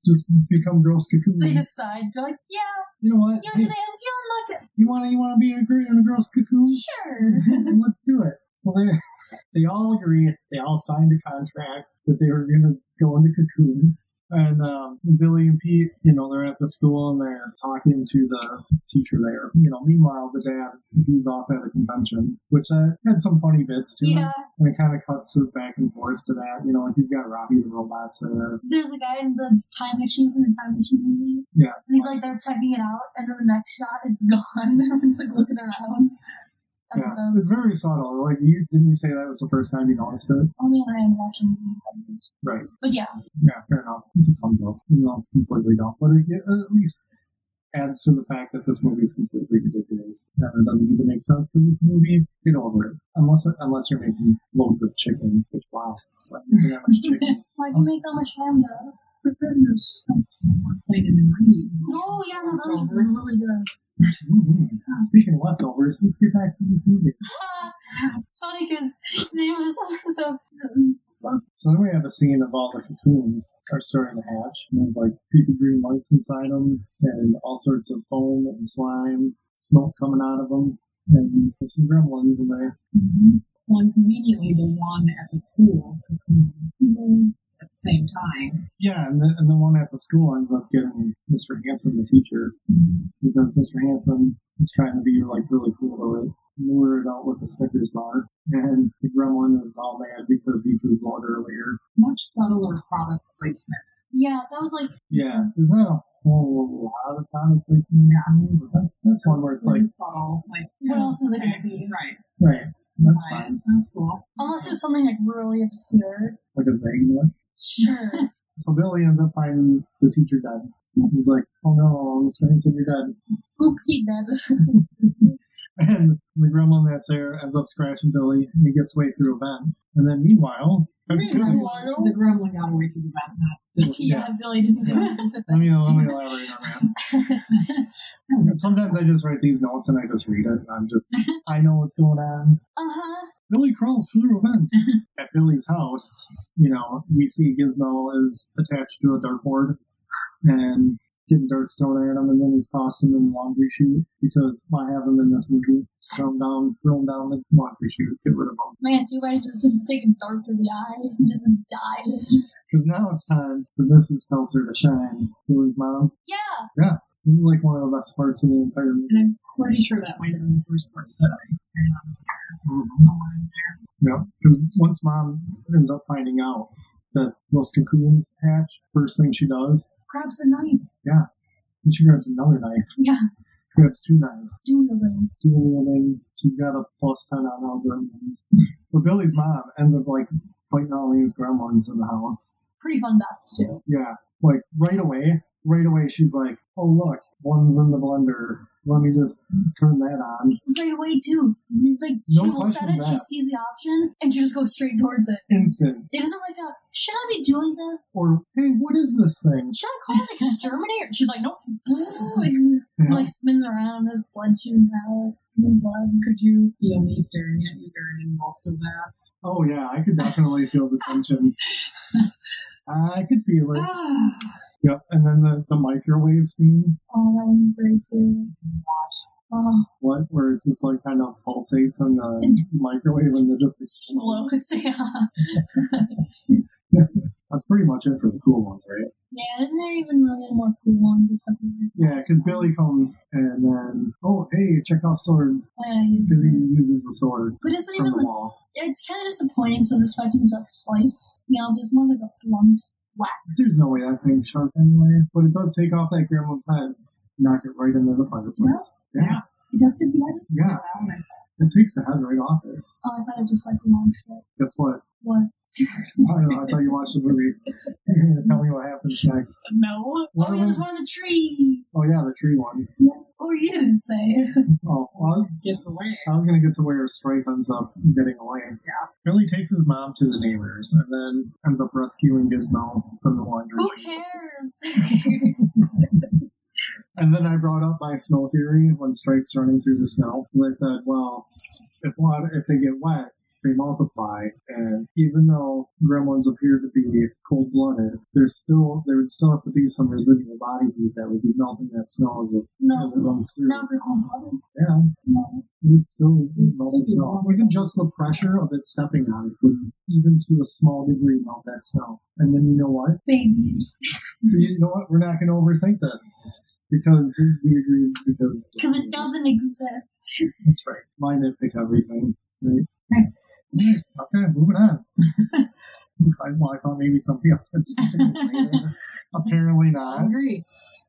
[SPEAKER 4] just become girls cocoons.
[SPEAKER 3] They decide they're like, yeah,
[SPEAKER 4] you know what?
[SPEAKER 3] you know,
[SPEAKER 4] Hey,
[SPEAKER 3] today I'm feeling like it.
[SPEAKER 4] you want to you want to be in a, gr- in a girls cocoon?
[SPEAKER 3] Sure.
[SPEAKER 4] Let's do it. So they they all agree. They all signed a contract that they were going to go into cocoons. And um, Billy and Pete, you know, they're at the school and they're talking to the teacher there. You know, meanwhile, the dad, he's off at a convention, which uh, had some funny bits to
[SPEAKER 3] Yeah,
[SPEAKER 4] it. And it kind of cuts to back and forth to that. You know, like you've got Robbie the robots there.
[SPEAKER 3] there's a guy in the time machine from the time machine movie.
[SPEAKER 4] Yeah.
[SPEAKER 3] And he's like, they're checking it out, and in the next shot, it's gone. Everyone's like looking around. I
[SPEAKER 4] Yeah.
[SPEAKER 3] thought that
[SPEAKER 4] It
[SPEAKER 3] was,
[SPEAKER 4] was very subtle. Like, you didn't you say that was the first time you noticed it?
[SPEAKER 3] oh man, I am watching. movies.
[SPEAKER 4] Right.
[SPEAKER 3] But yeah,
[SPEAKER 4] Yeah, fair enough. It's a fun film. You know, it's completely dumb, but it, it at least adds to the fact that this movie is completely ridiculous and it doesn't even make sense because it's a movie. Get over it. Unless unless you're making loads of chicken, which wow, why do you make that much chicken?
[SPEAKER 3] why do you make that much ham though? For goodness.
[SPEAKER 5] Played in the night.
[SPEAKER 3] Oh yeah, no, that was really good.
[SPEAKER 4] Mhm. Speaking of leftovers, let's get back to this movie.
[SPEAKER 3] it's funny because they have this episode. it's-
[SPEAKER 4] So then we have a scene of all the cocoons are starting to hatch, and there's like creepy green lights inside them, and all sorts of foam and slime, smoke coming out of them, and there's some gremlins in there. Mm-hmm.
[SPEAKER 5] Well, and conveniently, the one at the school at the same time.
[SPEAKER 4] Yeah, and the, and the one at the school ends up getting Mr. Hanson, the teacher, because Mr. Hanson is trying to be like really cool to it, lure it out with a Snickers bar, and the gremlin is all mad because he drew blood earlier.
[SPEAKER 5] Much subtler product placement.
[SPEAKER 3] Yeah, that was like.
[SPEAKER 4] Yeah, there's not a whole lot of product placement. in this movie, but that's, that's one where it's like,
[SPEAKER 5] Pretty subtle. Like,
[SPEAKER 3] Mm-hmm. What
[SPEAKER 5] yeah,
[SPEAKER 3] else is it
[SPEAKER 5] okay.
[SPEAKER 3] gonna be?
[SPEAKER 5] Right.
[SPEAKER 4] right, that's
[SPEAKER 5] Right.
[SPEAKER 4] fine.
[SPEAKER 5] That's cool.
[SPEAKER 3] Unless it was something like really obscure.
[SPEAKER 4] Like a Zangler.
[SPEAKER 3] Sure.
[SPEAKER 4] So Billy ends up finding the teacher dead. He's like, oh no, the parents said you're dead.
[SPEAKER 3] Oop, he did.
[SPEAKER 4] And the gremlin that's there ends up scratching Billy and he gets way through a vent. And then meanwhile,
[SPEAKER 3] Meanwhile,
[SPEAKER 5] The gremlin got away through the bat. Not
[SPEAKER 3] yeah, Billy didn't go.
[SPEAKER 4] let me let me elaborate on that. And Sometimes I just write these notes and I just read it. And I'm just, I know what's going on.
[SPEAKER 3] Uh-huh.
[SPEAKER 4] Billy crawls through a vent at Billy's house. You know, we see Gizmo is attached to a dartboard and getting dirt thrown at him, and then he's tossed him in the laundry chute because I have him in this movie. Thrown down, thrown down the laundry chute, get rid of him.
[SPEAKER 3] Man, too bad he just didn't take a dart to the eye and just died.
[SPEAKER 4] Because now it's time for Mrs. Pelzer to shine. Billy's mom.
[SPEAKER 3] Yeah.
[SPEAKER 4] This is like one of the best parts of the entire movie.
[SPEAKER 5] And I'm pretty sure that might have been the first part that I ran on somewhere in there.
[SPEAKER 4] Mm-hmm. Yeah, because once mom ends up finding out that those cocoons hatch, first thing she does,
[SPEAKER 3] Grabs a knife.
[SPEAKER 4] and she grabs another knife,
[SPEAKER 3] Yeah.
[SPEAKER 4] grabs two knives,
[SPEAKER 3] Doodling.
[SPEAKER 4] dual wielding. She's got a plus 10 on all gremlins. But Billy's mom ends up like fighting all these gremlins in the house.
[SPEAKER 3] Pretty fun dots, too.
[SPEAKER 4] Yeah, like right away, right away, she's like, oh, look, one's in the blender. Let me just turn that on.
[SPEAKER 3] Right away, too. It's Like, she
[SPEAKER 4] No
[SPEAKER 3] looks at it,
[SPEAKER 4] questions
[SPEAKER 3] she
[SPEAKER 4] asked.
[SPEAKER 3] sees the option, and she just goes straight towards it.
[SPEAKER 4] Instant.
[SPEAKER 3] It isn't like a, should I be doing this?
[SPEAKER 4] Or, hey, what is this thing?
[SPEAKER 3] Should I call an exterminator? She's like, nope. And, like, spins around, there's blood shooting out. New blood.
[SPEAKER 5] Could you feel me staring at you during most of that?
[SPEAKER 4] Oh, yeah, I could definitely feel the tension. I could feel it.
[SPEAKER 5] Ah,
[SPEAKER 4] Yep, and then the, the microwave scene,
[SPEAKER 3] Oh, that one's great, too. Oh,
[SPEAKER 4] what where it just like kind of pulsates on the microwave and it just
[SPEAKER 3] slow.
[SPEAKER 4] explodes.
[SPEAKER 3] yeah.
[SPEAKER 4] That's pretty much it for the cool ones, right?
[SPEAKER 3] Yeah, isn't there even really more cool ones or something?
[SPEAKER 4] Yeah, because Billy comes and then oh hey, check out sword because he
[SPEAKER 3] Yeah,
[SPEAKER 4] uses the sword
[SPEAKER 3] but it's not
[SPEAKER 4] from
[SPEAKER 3] even
[SPEAKER 4] the
[SPEAKER 3] like
[SPEAKER 4] wall.
[SPEAKER 3] it's kind of disappointing. So I was expecting to like slice. You know, there's more like a blunt whack.
[SPEAKER 4] There's no way that thing's sharp anyway, but it does take off that gremlin's head, knock it right into the fireplace. Yeah,
[SPEAKER 3] It does get better.
[SPEAKER 5] Oh,
[SPEAKER 4] yeah, it takes the head right off it.
[SPEAKER 3] Oh, I thought I just like launched it.
[SPEAKER 4] Guess what?
[SPEAKER 3] What?
[SPEAKER 4] I don't know. I thought you watched the movie. You're gonna tell me what happens next.
[SPEAKER 3] No.
[SPEAKER 4] What
[SPEAKER 3] oh,
[SPEAKER 4] am
[SPEAKER 3] yeah,
[SPEAKER 4] I-
[SPEAKER 3] there's one in the tree.
[SPEAKER 4] Oh yeah, the tree one.
[SPEAKER 3] What were you gonna say?
[SPEAKER 4] Oh, well, I was
[SPEAKER 5] gets away.
[SPEAKER 4] I was gonna get to where Stripe ends up getting away. Yeah. Billy takes his mom to the neighbors and then ends up rescuing Gizmo from the laundry.
[SPEAKER 3] Who cares?
[SPEAKER 4] And then I brought up my snow theory when Stripe's running through the snow. And I said, well, if water, if they get wet, they multiply. And even though gremlins appear to be cold blooded, there's still there would still have to be some residual body heat that would be melting that snow as it, as it
[SPEAKER 3] no.
[SPEAKER 4] runs through.
[SPEAKER 3] Not for cold
[SPEAKER 4] Yeah.
[SPEAKER 3] No.
[SPEAKER 4] It would still melt
[SPEAKER 5] It'd still
[SPEAKER 4] the
[SPEAKER 5] be
[SPEAKER 4] snow.
[SPEAKER 5] warm.
[SPEAKER 4] Even just the pressure of it stepping on it would, even to a small degree, melt that snow. And then you know what?
[SPEAKER 3] Babies. Mm-hmm.
[SPEAKER 4] You know what? We're not going to overthink this because we agreed because
[SPEAKER 3] Because it doesn't exist.
[SPEAKER 4] That's right. Why nitpick everything? Right.
[SPEAKER 5] Right.
[SPEAKER 4] Okay, moving on. I, well, I thought maybe somebody else had something to say there. Apparently
[SPEAKER 5] I
[SPEAKER 4] not.
[SPEAKER 5] agree.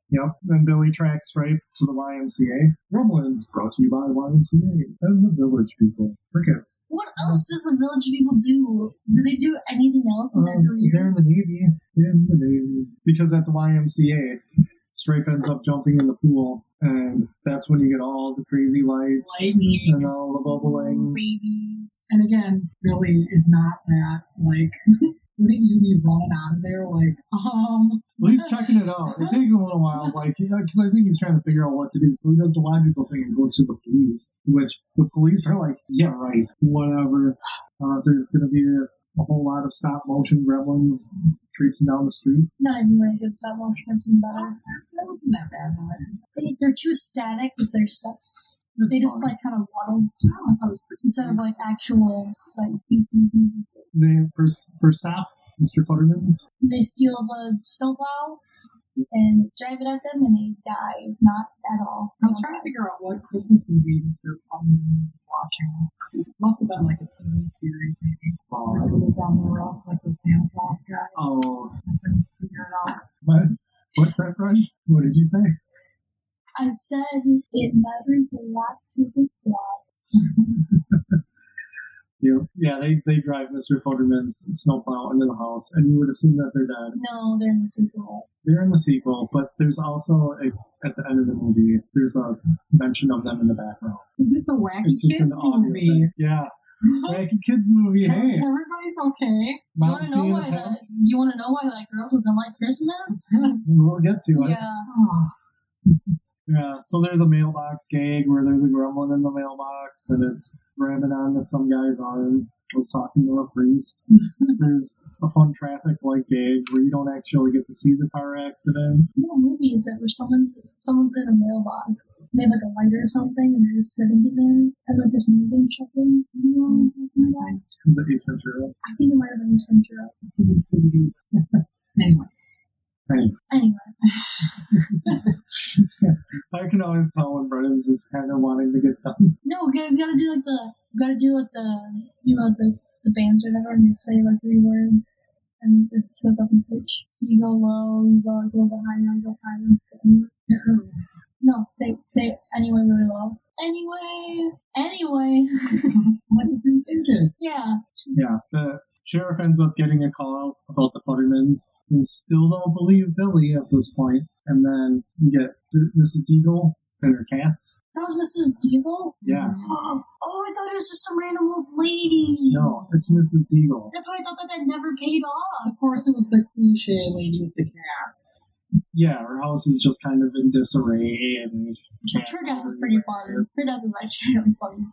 [SPEAKER 4] Yep. Then Billy tracks right to the YMCA. Gremlins brought to you by YMCA and the village people. Crickets.
[SPEAKER 3] What else does the village people do? Do they do anything else in their
[SPEAKER 4] Um,
[SPEAKER 3] career?
[SPEAKER 4] They're in the Navy. They're in the Navy. Because at the YMCA, Stripe ends up jumping in the pool, and that's when you get all the crazy lights
[SPEAKER 5] Lightning,
[SPEAKER 4] and all the bubbling.
[SPEAKER 5] babies. And again, Billy is not that, like, wouldn't you be running out of there, like, um,
[SPEAKER 4] Well, he's checking it out. It takes a little while, like, because I think he's trying to figure out what to do. So he does the why people thing and goes to the police, which the police are like, yeah, right, whatever. Uh, there's going to be a, a whole lot of stop motion gremlins traipsing down the street.
[SPEAKER 3] Not even really good stop motion or something better.
[SPEAKER 5] that wasn't that bad, but
[SPEAKER 3] They, they're too static with their steps.
[SPEAKER 4] It's
[SPEAKER 3] they just
[SPEAKER 4] fun.
[SPEAKER 3] like kind of waddle
[SPEAKER 5] I thought it was pretty
[SPEAKER 3] instead of like actual like beats and things.
[SPEAKER 4] They first, first stop, Mr. Futterman's.
[SPEAKER 3] They steal the snowplow and drive it at them, and they die. Not at all.
[SPEAKER 5] I was trying to figure out what Christmas movie Mr. Pullman was watching. It must have been like a TV series, maybe. Or
[SPEAKER 4] Um,
[SPEAKER 5] it was on the rock, like the Santa Claus guy.
[SPEAKER 4] Oh,
[SPEAKER 5] I couldn't figure it out.
[SPEAKER 4] my, What's that, friend? What did you say?
[SPEAKER 3] I said it matters a lot to the plot.
[SPEAKER 4] You, yeah, they, they drive Mr. Foderman's snowplow into the house, and you would assume that they're dead.
[SPEAKER 3] No, they're in the sequel.
[SPEAKER 4] They're in the sequel, but there's also, a, at the end of the movie, there's a mention of them in the background.
[SPEAKER 5] Because it's a wacky
[SPEAKER 4] It's just
[SPEAKER 5] kids
[SPEAKER 4] an audio
[SPEAKER 5] movie.
[SPEAKER 4] thing. Yeah, wacky kids movie, hey.
[SPEAKER 3] Everybody's okay.
[SPEAKER 4] Mom's
[SPEAKER 3] you wanna know
[SPEAKER 4] being
[SPEAKER 3] why
[SPEAKER 4] attacked.
[SPEAKER 3] that? You wanna know why that girl doesn't like Christmas?
[SPEAKER 4] We'll get to it.
[SPEAKER 3] yeah.
[SPEAKER 5] Oh,
[SPEAKER 4] Yeah, so there's a mailbox gag where there's a gremlin in the mailbox and it's grabbing onto some guy's arm. I was talking to a priest. there's a fun traffic light gag where you don't actually get to see the car accident.
[SPEAKER 3] No movie is that where someone's someone's in a mailbox. They have like a light or something, and they're just sitting in there, and like there's moving chuckling. No, my God.
[SPEAKER 4] Is it Ace Ventura?
[SPEAKER 3] I think it might have been Ace Ventura.
[SPEAKER 5] I was thinking Scooby-Doo. anyway,
[SPEAKER 3] Anyway,
[SPEAKER 4] I can always tell when Brennan's just kind of wanting to get done.
[SPEAKER 3] no, we gotta, we gotta do like the we gotta do like the you know the the bands or whatever, and you say like three words, and it goes up in pitch. So you go low, you go like a little bit higher, you go higher, and say anyway. No, say say anyway really low. Anyway, anyway,
[SPEAKER 5] what did you suggest?
[SPEAKER 3] yeah.
[SPEAKER 4] Yeah, the sheriff ends up getting a call out about the Futtermans. They still don't believe Billy at this point. And then you get Mrs. Deagle and her cats.
[SPEAKER 3] That was Mrs. Deagle?
[SPEAKER 4] Yeah.
[SPEAKER 3] Oh, oh, I thought it was just some random old lady.
[SPEAKER 4] No, it's Mrs. Deagle.
[SPEAKER 3] That's why I thought that that never paid off.
[SPEAKER 5] Of course, it was the cliche lady with the cats.
[SPEAKER 4] yeah, her house is just kind of in disarray and there's cats.
[SPEAKER 3] Her dad was pretty fun. Her dad was actually really funny.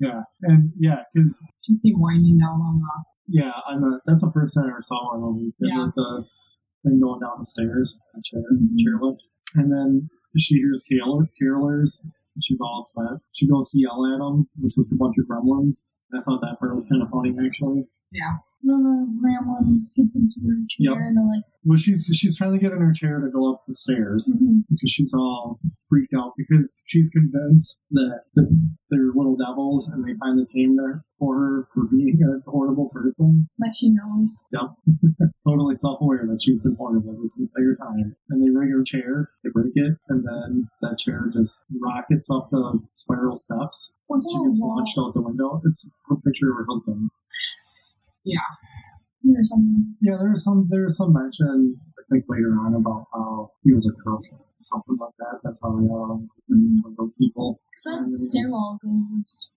[SPEAKER 4] Yeah, and yeah, because
[SPEAKER 5] She came whining down on the.
[SPEAKER 4] yeah, I'm a, that's the first time I ever saw one of them. They
[SPEAKER 5] Yeah.
[SPEAKER 4] did The thing going down the stairs, the chair,
[SPEAKER 3] Mm-hmm.
[SPEAKER 4] chairlift, and then she hears carol- carolers. And she's all upset. She goes to yell at them. It's just a bunch of gremlins. I thought that part was kind of funny, actually.
[SPEAKER 3] No, no, grandma gets into her chair
[SPEAKER 4] Yep.
[SPEAKER 3] and they're like,
[SPEAKER 4] Well, she's she's trying to get in her chair to go up the stairs.
[SPEAKER 3] mhm.
[SPEAKER 4] because she's all freaked out because she's convinced that the, they're little devils and they finally came there for her for being a horrible person.
[SPEAKER 3] like she knows.
[SPEAKER 4] Totally self-aware that she's been horrible this entire time. And they rig her chair, they break it, and then that chair just rockets up the spiral steps.
[SPEAKER 3] What's
[SPEAKER 4] She
[SPEAKER 3] on
[SPEAKER 4] gets
[SPEAKER 3] the wall?
[SPEAKER 4] launched out the window. It's a picture of her husband.
[SPEAKER 3] Yeah, Or something.
[SPEAKER 4] Yeah, there was some there was some mention I think later on about how he was a crook, something like that. That's how we um, some of those people.
[SPEAKER 3] Because that stairwell goes.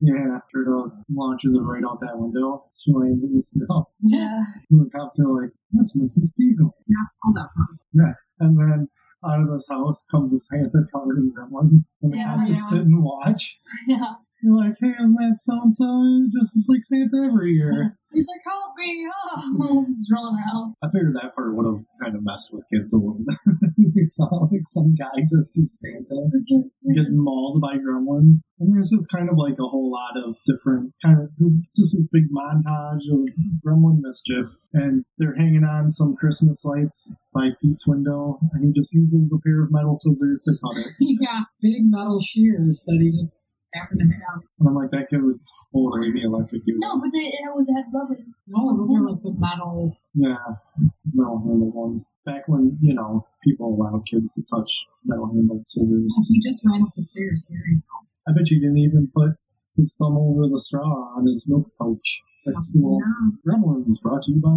[SPEAKER 4] Yeah, after those launches it right out that window, she lands in the snow.
[SPEAKER 3] Yeah.
[SPEAKER 4] And the cops are like, that's Mrs. Deagle.
[SPEAKER 5] Yeah, all that fun.
[SPEAKER 4] And then out of this house comes a Santa covered in gremlins. And the
[SPEAKER 3] Yeah,
[SPEAKER 4] cops
[SPEAKER 3] yeah.
[SPEAKER 4] just sit and watch.
[SPEAKER 3] Yeah.
[SPEAKER 4] You're like, hey, isn't that so-and-so just as like Santa every year?
[SPEAKER 3] He's like, help me, help. He's rolling around.
[SPEAKER 4] I figured that part would have kind of messed with kids a little bit. they saw like some guy just as Santa. getting mauled by gremlins. And there's just kind of like a whole lot of different kind of this, just this big montage of gremlin mischief. And they're hanging on some Christmas lights by Pete's window, and he just uses a pair of metal scissors to cut it.
[SPEAKER 5] He got big metal shears that he just happened to have.
[SPEAKER 4] And I'm like, that kid would totally be electrocuted.
[SPEAKER 3] No, but they, it was had rubber.
[SPEAKER 5] No, those are like the metal.
[SPEAKER 4] Yeah, metal handled ones. Back when you know people allowed kids to touch metal handled scissors.
[SPEAKER 5] He just ran up the stairs carrying those.
[SPEAKER 4] I bet you didn't even put his thumb over the straw on his milk pouch
[SPEAKER 5] Oh,
[SPEAKER 4] at school.
[SPEAKER 5] Yeah.
[SPEAKER 4] Gremlins is brought to you by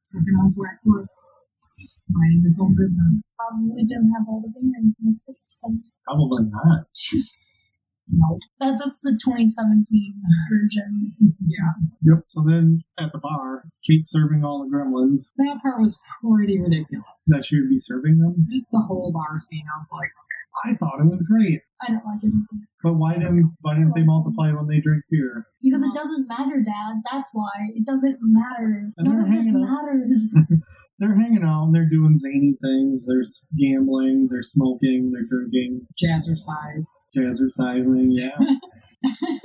[SPEAKER 5] Sucking on his wax lips. Minding his own business.
[SPEAKER 3] Probably Um, didn't have all the bearings.
[SPEAKER 4] Probably not.
[SPEAKER 5] Nope.
[SPEAKER 3] That, that's the 2017 version.
[SPEAKER 5] Yeah.
[SPEAKER 4] Yep. So then at the bar, Kate's serving all the gremlins
[SPEAKER 5] That part was pretty ridiculous.
[SPEAKER 4] that she would be serving them.
[SPEAKER 5] Just the whole bar scene, I was like,
[SPEAKER 4] I thought it was great.
[SPEAKER 3] I don't like it.
[SPEAKER 4] But why didn't why didn't they multiply when they drink beer?
[SPEAKER 3] Because it doesn't matter, Dad. That's why. It doesn't matter.
[SPEAKER 4] And
[SPEAKER 3] None
[SPEAKER 4] they're
[SPEAKER 3] of this
[SPEAKER 4] hanging
[SPEAKER 3] matters.
[SPEAKER 4] They're hanging out and they're doing zany things. They're s- gambling, they're smoking, they're drinking,
[SPEAKER 5] jazzercise.
[SPEAKER 4] jazzercising. Yeah.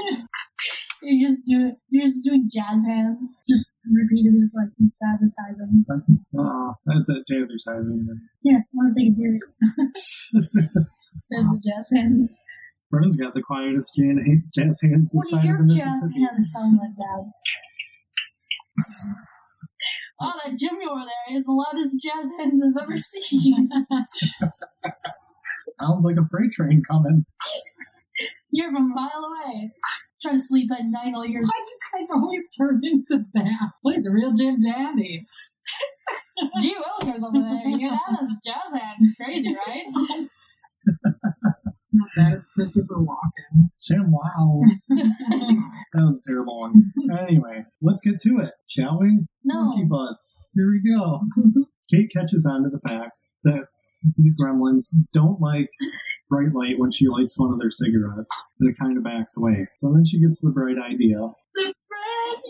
[SPEAKER 3] You're just doing, you're just doing jazz hands. Just repeatedly just like jazzercising.
[SPEAKER 4] That's uh, that's it, jazzercising.
[SPEAKER 3] Yeah, want to take a break. There's the jazz hands.
[SPEAKER 4] Brennan's got the quietest jan- jazz hands the
[SPEAKER 3] What do
[SPEAKER 4] side of
[SPEAKER 3] your
[SPEAKER 4] the
[SPEAKER 3] jazz
[SPEAKER 4] Mississippi.
[SPEAKER 3] hands sound like, Dad? Wow, that Jimmy over there is the loudest jazz hands I've ever seen.
[SPEAKER 4] Sounds like a freight train coming.
[SPEAKER 3] You're from a mile away. Try to sleep at night all years.
[SPEAKER 5] Why you guys always turn into that? What is real Jim Dandies?
[SPEAKER 3] Gee Willikers over there. You know, that's jazz hands. It's crazy, right?
[SPEAKER 5] It's not that, it's Christopher Walken.
[SPEAKER 4] Jim, wow. that was a terrible one. Anyway, let's get to it, shall we?
[SPEAKER 3] No.
[SPEAKER 4] Monkey butts. Here we go. Kate catches on to the fact that these gremlins don't like bright light when she lights one of their cigarettes, and it kind of backs away. So then she gets the bright idea.
[SPEAKER 3] The bread,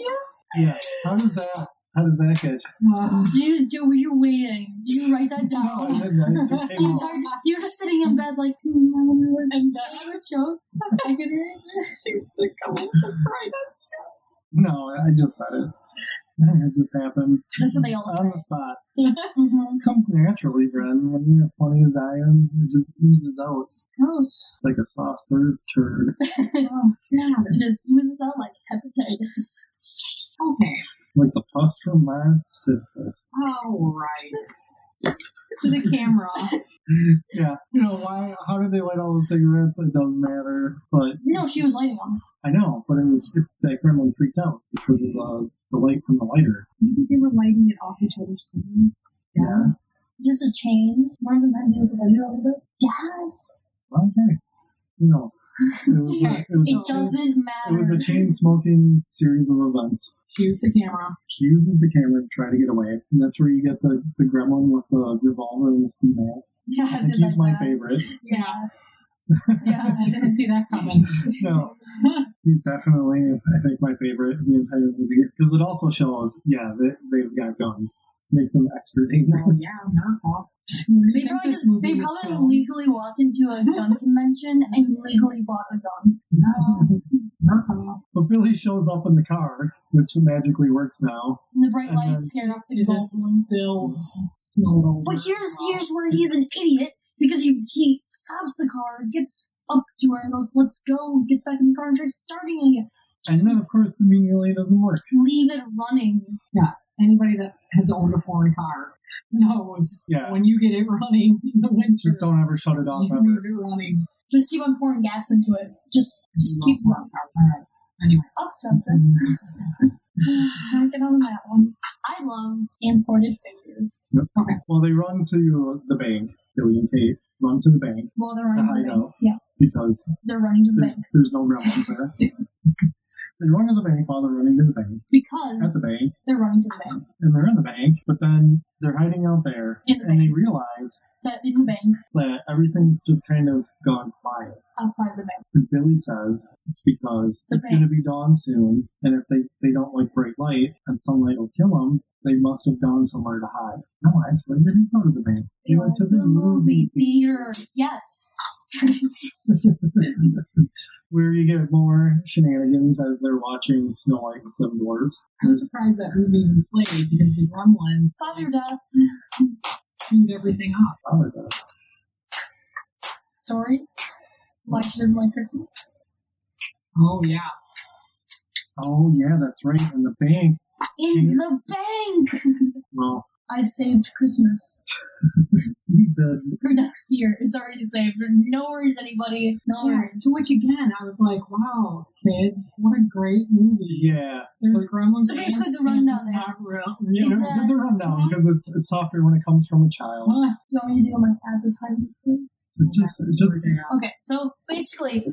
[SPEAKER 3] yeah.
[SPEAKER 4] Yeah, how does that? How does that catch?
[SPEAKER 5] Um,
[SPEAKER 3] You, you were you waiting? Did you write that
[SPEAKER 4] No,
[SPEAKER 3] down?
[SPEAKER 4] Oh, I didn't. I just came
[SPEAKER 3] you,
[SPEAKER 4] out.
[SPEAKER 3] tired, you were sitting in bed like, hmm, I wonder what I'm done. jokes. I can read.
[SPEAKER 5] she's becoming the pride of
[SPEAKER 4] No, I just said it. It just happened
[SPEAKER 3] That's what they all say.
[SPEAKER 4] on the spot.
[SPEAKER 3] Mhm.
[SPEAKER 4] It comes naturally, Bren. When you're as funny as I am, it just oozes out
[SPEAKER 3] Gross.
[SPEAKER 4] like a soft serve turd.
[SPEAKER 5] Oh, God.
[SPEAKER 3] It just oozes out like hepatitis.
[SPEAKER 5] Okay.
[SPEAKER 4] Like the pus from my syphilis.
[SPEAKER 5] All right. to the camera.
[SPEAKER 4] Yeah, you know, why? How did they light all the cigarettes? It doesn't matter. But
[SPEAKER 3] No, she was lighting one.
[SPEAKER 4] I know, but it was that gremlin freaked out because of uh, the light from the lighter.
[SPEAKER 5] You think they were lighting it off each other's scenes?
[SPEAKER 3] Just a chain. One of them had to do with the lighter a little bit. Yeah.
[SPEAKER 4] Well, okay. Who knows? It was, a, it was,
[SPEAKER 3] It
[SPEAKER 4] a,
[SPEAKER 3] doesn't matter.
[SPEAKER 4] it was a chain smoking series of events.
[SPEAKER 5] Choose the camera.
[SPEAKER 4] She uses the camera to try to get away, and that's where you get the, the gremlin with the revolver and the ski mask.
[SPEAKER 3] yeah,
[SPEAKER 4] I
[SPEAKER 3] I
[SPEAKER 4] think
[SPEAKER 3] did
[SPEAKER 4] he's
[SPEAKER 3] like
[SPEAKER 4] my
[SPEAKER 3] that.
[SPEAKER 4] favorite.
[SPEAKER 3] Yeah.
[SPEAKER 5] Yeah, I didn't see that coming.
[SPEAKER 4] No, he's definitely, I think, my favorite in the entire movie because it also shows, yeah, they, they've got guns. Makes them extra
[SPEAKER 5] Well,
[SPEAKER 4] dangerous.
[SPEAKER 5] yeah, not off.
[SPEAKER 3] They probably, just, they probably legally walked into a gun convention and legally bought a gun.
[SPEAKER 5] No, not off.
[SPEAKER 4] But Billy shows up in the car, which magically works now.
[SPEAKER 3] And the bright
[SPEAKER 4] And then-
[SPEAKER 3] light scared off the
[SPEAKER 5] It
[SPEAKER 3] goblin.
[SPEAKER 5] is still snowed over.
[SPEAKER 3] But here's here's where he's an idiot because he he stops the car, gets up to her, and goes, "Let's go." Gets back in the car and tries starting again.
[SPEAKER 4] And then, of course, the melee doesn't work.
[SPEAKER 3] Leave it running.
[SPEAKER 5] Anybody that has owned a foreign car knows
[SPEAKER 4] Yeah.
[SPEAKER 5] when you get it running in the winter,
[SPEAKER 4] Just don't ever shut it off
[SPEAKER 5] you
[SPEAKER 4] ever.
[SPEAKER 5] leave it running.
[SPEAKER 3] Just keep on pouring gas into it. Just just keep
[SPEAKER 4] Mm-hmm.
[SPEAKER 5] All right. Anyway.
[SPEAKER 3] up something. Don't get on that one. I love imported fingers.
[SPEAKER 4] Well, they run to the bank. Billy and Kate run to the bank
[SPEAKER 3] Well, they're
[SPEAKER 4] to
[SPEAKER 3] running. to
[SPEAKER 4] hide
[SPEAKER 3] the bank.
[SPEAKER 4] out
[SPEAKER 3] Yeah,
[SPEAKER 4] because
[SPEAKER 3] they're running to the
[SPEAKER 4] there's
[SPEAKER 3] bank
[SPEAKER 4] there's no gremlins there. They run to the bank while they're running to the bank. At the
[SPEAKER 3] because
[SPEAKER 4] bank,
[SPEAKER 3] they're running to the bank.
[SPEAKER 4] and they're in the bank, but then they're hiding out there,
[SPEAKER 3] In the
[SPEAKER 4] and they realize
[SPEAKER 3] That in the bank
[SPEAKER 4] that everything's just kind of gone quiet.
[SPEAKER 3] outside the bank.
[SPEAKER 4] And Billy says it's because
[SPEAKER 3] The
[SPEAKER 4] it's
[SPEAKER 3] bank.
[SPEAKER 4] going to be dawn soon, and if they, they don't like bright light and sunlight will kill them, they must have gone somewhere to hide. No, actually, they didn't go to the bank. They went to the movie,
[SPEAKER 3] theater. Yes.
[SPEAKER 4] where you get more shenanigans as they're watching Snow White and Seven Dwarfs.
[SPEAKER 5] I'm surprised that movie even played because the Gremlins
[SPEAKER 3] Father death
[SPEAKER 5] chewed everything up.
[SPEAKER 4] Father does.
[SPEAKER 3] story. Why she doesn't like Christmas?
[SPEAKER 5] Oh yeah,
[SPEAKER 4] Oh yeah, that's right. And the bank.
[SPEAKER 3] In the bank.
[SPEAKER 4] Well,
[SPEAKER 3] I saved Christmas
[SPEAKER 4] the,
[SPEAKER 3] for next year. It's already saved. No worries, anybody. No
[SPEAKER 5] yeah.
[SPEAKER 3] worries.
[SPEAKER 5] To which again, I was like, wow, kids, what a great movie.
[SPEAKER 4] yeah.
[SPEAKER 5] There's Gremlins.
[SPEAKER 3] so basically
[SPEAKER 5] and
[SPEAKER 3] the rundown
[SPEAKER 5] Santa's Not
[SPEAKER 3] is-
[SPEAKER 5] real.
[SPEAKER 4] Yeah,
[SPEAKER 3] Is
[SPEAKER 4] the,
[SPEAKER 3] that- Oh,
[SPEAKER 4] the rundown because it's it's softer when it comes from a child.
[SPEAKER 5] Ah,
[SPEAKER 3] Do you want me to do my advertisement? for you?
[SPEAKER 4] It just it just
[SPEAKER 5] yeah.
[SPEAKER 3] Okay, so basically,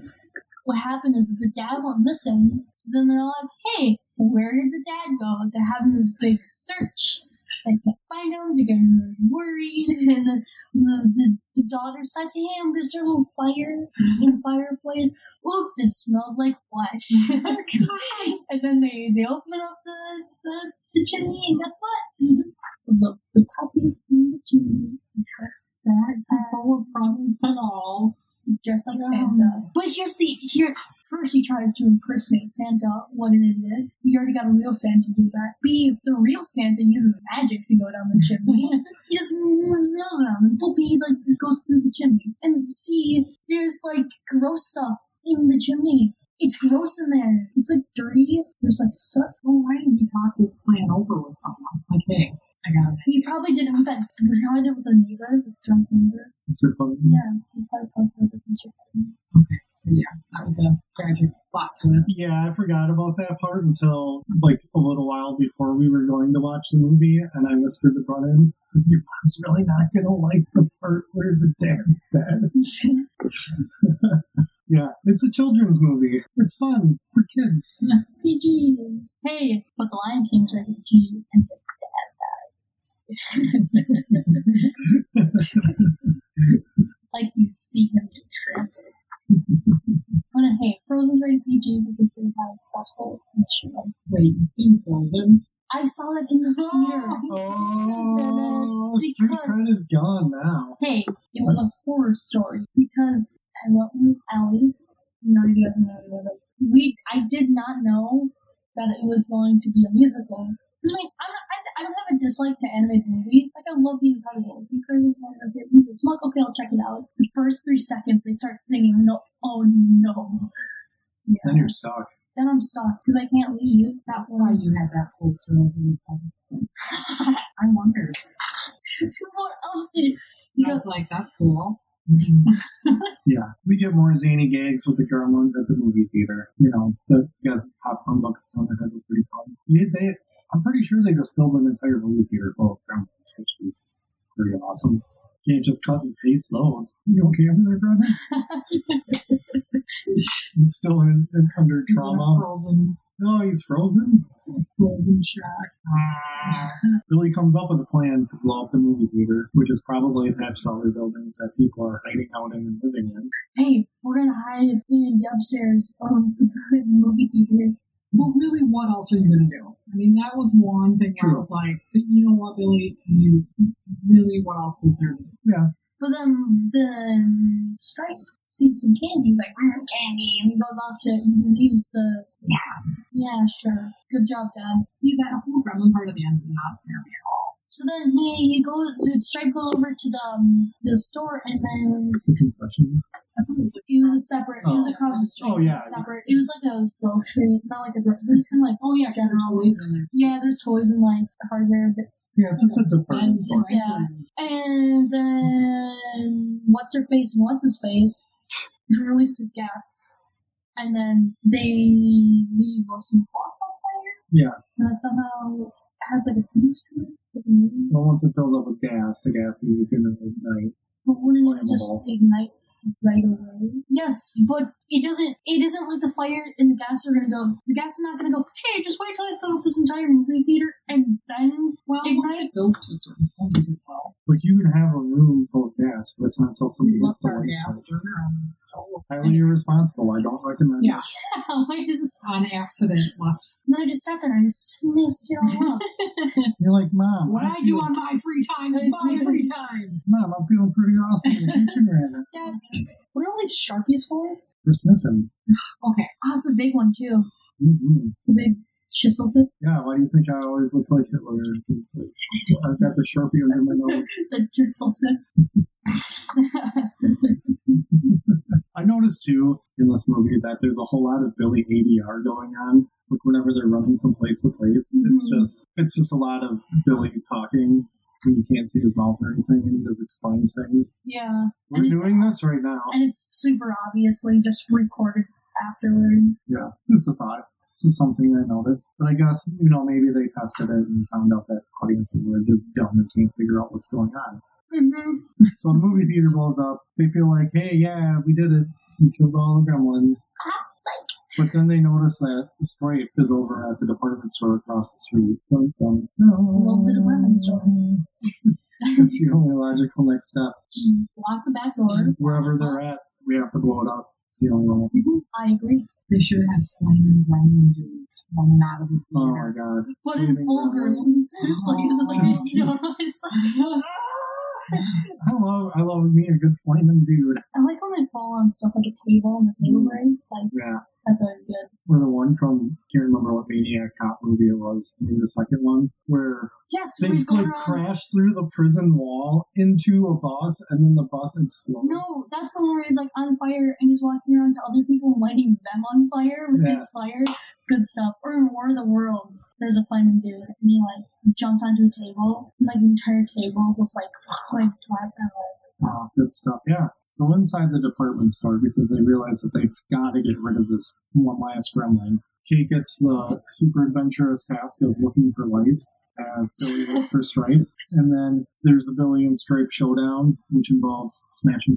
[SPEAKER 3] what happened is the dad went missing. So then they're like, "Hey, where did the dad go?" They're having this big search. They can't find him. They're getting really worried, and the the, the, the daughter says, "Hey, I'm gonna start a little fire in the fireplace." Oops, it smells like flesh. and then they they open up the the, the chimney, and guess what? The, the puppies in the chimney. Just sad.
[SPEAKER 5] Full of presents and all.
[SPEAKER 3] Just like
[SPEAKER 5] Yeah.
[SPEAKER 3] Santa. But here's the here first he tries to impersonate Santa. What an idiot! You already got a real Santa do that. B the real Santa uses magic to go down the chimney. he just smells around and boop, he like goes through the chimney. And C there's like gross stuff in the chimney. It's gross in there. It's like dirty. There's like soot.
[SPEAKER 5] Well, why didn't you talk this plan over with someone? Like, hey, I got it.
[SPEAKER 3] You probably did it with that. You probably did it with a neighbor, the drunk neighbor.
[SPEAKER 4] Mr. Pumpkin.
[SPEAKER 3] Yeah, you probably talked about it with Mr. Putnam.
[SPEAKER 5] Yeah, that was a tragic plot twist.
[SPEAKER 4] Yeah, I forgot about that part until like a little while before we were going to watch the movie, and I whispered to Brennan, "So your mom's really not gonna like the part where the dad's dead." Yeah, it's a children's movie. It's fun for kids.
[SPEAKER 3] That's PG. Hey, but the Lion King's rated G, and the dad dies. like you see him get trampled. But uh, hey, Frozen's rated PG because they have festivals and shit. like-
[SPEAKER 5] Wait, you've seen Frozen?
[SPEAKER 3] I saw that in the theater.
[SPEAKER 4] Oh, street
[SPEAKER 3] Because-
[SPEAKER 4] cred is gone now.
[SPEAKER 3] Hey, it was a horror story because I went with Allie. None of you guys know what it was. We, I did not know that it was going to be a musical. 'Cause, I mean, I'm not, I, I don't have a dislike to animated movies. Like, I love The Incredibles. The Incredibles is one of my favorite movies. I'm like, okay, I'll check it out. The first three seconds, they start singing. No, oh no. Yeah.
[SPEAKER 4] Then you're stuck.
[SPEAKER 3] Then I'm stuck because I can't leave. That
[SPEAKER 5] That's why you
[SPEAKER 3] was.
[SPEAKER 5] had that poster over your head. I wondered.
[SPEAKER 3] what else did you? You
[SPEAKER 5] I
[SPEAKER 3] guys
[SPEAKER 5] was like, that's cool. Mm-hmm.
[SPEAKER 4] Yeah, we get more zany gags with the gremlins at the movie theater. You know, the guys with popcorn buckets on their head were pretty fun. Yeah, they, I'm pretty sure they just filled an entire movie theater full of gremlins, which is pretty awesome. Can't just cut and paste those. You okay over there, brother? he's still in, in- under
[SPEAKER 5] He's in a
[SPEAKER 4] trauma.
[SPEAKER 5] Frozen,
[SPEAKER 4] No, he's frozen. Ah.
[SPEAKER 5] frozen shock.
[SPEAKER 3] Uh,
[SPEAKER 4] Billy comes up with a plan to blow up the movie theater, which is probably attached to other buildings that people are hiding out in and living in.
[SPEAKER 3] hey, we're gonna hide in the upstairs of the movie theater.
[SPEAKER 5] Well, really, what else are you going to do? I mean, that was one thing where I
[SPEAKER 4] True.
[SPEAKER 5] was like, but you know what, Billy? You really, what else is there? to do?
[SPEAKER 3] But then the Stripe sees some candy. He's like, mm, candy, and he goes off to he leaves the yeah, yeah, sure, good job, Dad.
[SPEAKER 5] See, that whole gremlin part of the end did not scare me at all.
[SPEAKER 3] So then he he goes Stripe goes over to the um, the store, and then
[SPEAKER 4] The concession.
[SPEAKER 5] I thought it was like,
[SPEAKER 3] it was a separate. It was across the street.
[SPEAKER 4] Oh,
[SPEAKER 3] it was
[SPEAKER 4] yeah.
[SPEAKER 3] separate. It was like a grocery, not like a grocery. There's some like
[SPEAKER 5] oh yeah, because there's always in there.
[SPEAKER 3] yeah, there's toys and like hardware bits.
[SPEAKER 4] Yeah, it's just a
[SPEAKER 5] And
[SPEAKER 4] department store.
[SPEAKER 3] Yeah. And then what's her face and what's his face release the gas, and then they leave some cloth on fire.
[SPEAKER 4] Yeah.
[SPEAKER 3] and that somehow has like a fuse to it. like a movie.
[SPEAKER 4] Well, once it fills up with gas, the gas is going to ignite.
[SPEAKER 3] But wouldn't it just
[SPEAKER 4] flammable.
[SPEAKER 3] ignite right away? Yes, but it doesn't. It isn't like the fire and the gas are gonna go. The gas is not gonna go. Hey, just wait till I fill up this entire movie theater and then
[SPEAKER 5] Well, once
[SPEAKER 3] Ignite-
[SPEAKER 5] it builds to a certain point, it will.
[SPEAKER 4] Like, you can have a room full of gas, but it's not until somebody
[SPEAKER 5] Unless
[SPEAKER 4] gets the
[SPEAKER 5] our
[SPEAKER 4] lights
[SPEAKER 5] gas
[SPEAKER 4] on.
[SPEAKER 5] burner on the stove.
[SPEAKER 4] Highly irresponsible. I don't recommend
[SPEAKER 5] Yeah.
[SPEAKER 4] it.
[SPEAKER 5] Oh,
[SPEAKER 3] I just
[SPEAKER 5] On accident, left.
[SPEAKER 3] then I just sat there and I sniffed it all up.
[SPEAKER 4] You're like, Mom,
[SPEAKER 5] What I do on my free time is my free time.
[SPEAKER 4] Mom, I'm feeling pretty awesome in the kitchen right now.
[SPEAKER 3] Dad, what are all these sharpies for?
[SPEAKER 4] We're sniffing.
[SPEAKER 5] Okay,
[SPEAKER 3] Oh, it's a big one too.
[SPEAKER 4] Mm-hmm.
[SPEAKER 3] The big chisel tip.
[SPEAKER 4] Yeah, why do you think I always look like Hitler? 'Cause, like, I've got the Sharpie under my nose.
[SPEAKER 3] The chisel tip.
[SPEAKER 4] I noticed too in this movie that there's a whole lot of Billy ADR going on. Like whenever they're running from place to place, it's
[SPEAKER 3] Mhm.
[SPEAKER 4] just it's just a lot of Billy talking and you can't see his mouth or anything, and he just explains things.
[SPEAKER 3] Yeah,
[SPEAKER 4] We're
[SPEAKER 3] And it's-
[SPEAKER 4] doing this right now.
[SPEAKER 3] and it's super obviously just recorded afterward.
[SPEAKER 4] Yeah, just a thought. It's Just something I noticed. But I guess you know maybe they tested it and found out that audiences were just dumb and can't figure out what's going on.
[SPEAKER 3] Mm-hmm.
[SPEAKER 4] So the movie theater blows up. They feel like, hey, yeah, we did it. We killed all the gremlins. But then they notice that the Stripe is over at the department store across the street. Dun, dun, dun.
[SPEAKER 3] Love the department store.
[SPEAKER 4] That's the only logical next step.
[SPEAKER 3] Lock the back door.
[SPEAKER 4] Wherever they're at, we have to blow it up. It's the only one.
[SPEAKER 3] I agree.
[SPEAKER 5] they should have flaming gremlin dudes running out of the
[SPEAKER 4] Oh
[SPEAKER 5] theater.
[SPEAKER 4] my god.
[SPEAKER 3] But in
[SPEAKER 4] Leaving
[SPEAKER 3] vulgar,
[SPEAKER 4] that way.
[SPEAKER 3] it's like this is like this, you know. It's like
[SPEAKER 4] I love, I love me a good flaming dude.
[SPEAKER 3] I like when they fall on stuff like a table and the table breaks. Like
[SPEAKER 4] Yeah.
[SPEAKER 3] That's always good.
[SPEAKER 4] Or the one from, can't remember what Maniac Cop movie it was, maybe the second one, where
[SPEAKER 3] Yes,
[SPEAKER 4] they
[SPEAKER 3] we go
[SPEAKER 4] like
[SPEAKER 3] around-
[SPEAKER 4] crash through the prison wall into a bus and then the bus explodes.
[SPEAKER 3] No, that's the one where he's like on fire and he's walking around to other people and lighting them on fire with
[SPEAKER 4] Yeah.
[SPEAKER 3] his fire. Good stuff. Or in War of the Worlds, there's a flaming dude and he like jumps onto a table and like the entire table just like like uh, flat and was
[SPEAKER 4] Wow, Ah, good stuff. Yeah. So inside the department store because they realize that they've got to get rid of this one last gremlin. Kate gets the super adventurous task of looking for lights as Billy looks for Stripe. And then there's the Billy and Stripe showdown, which involves smashing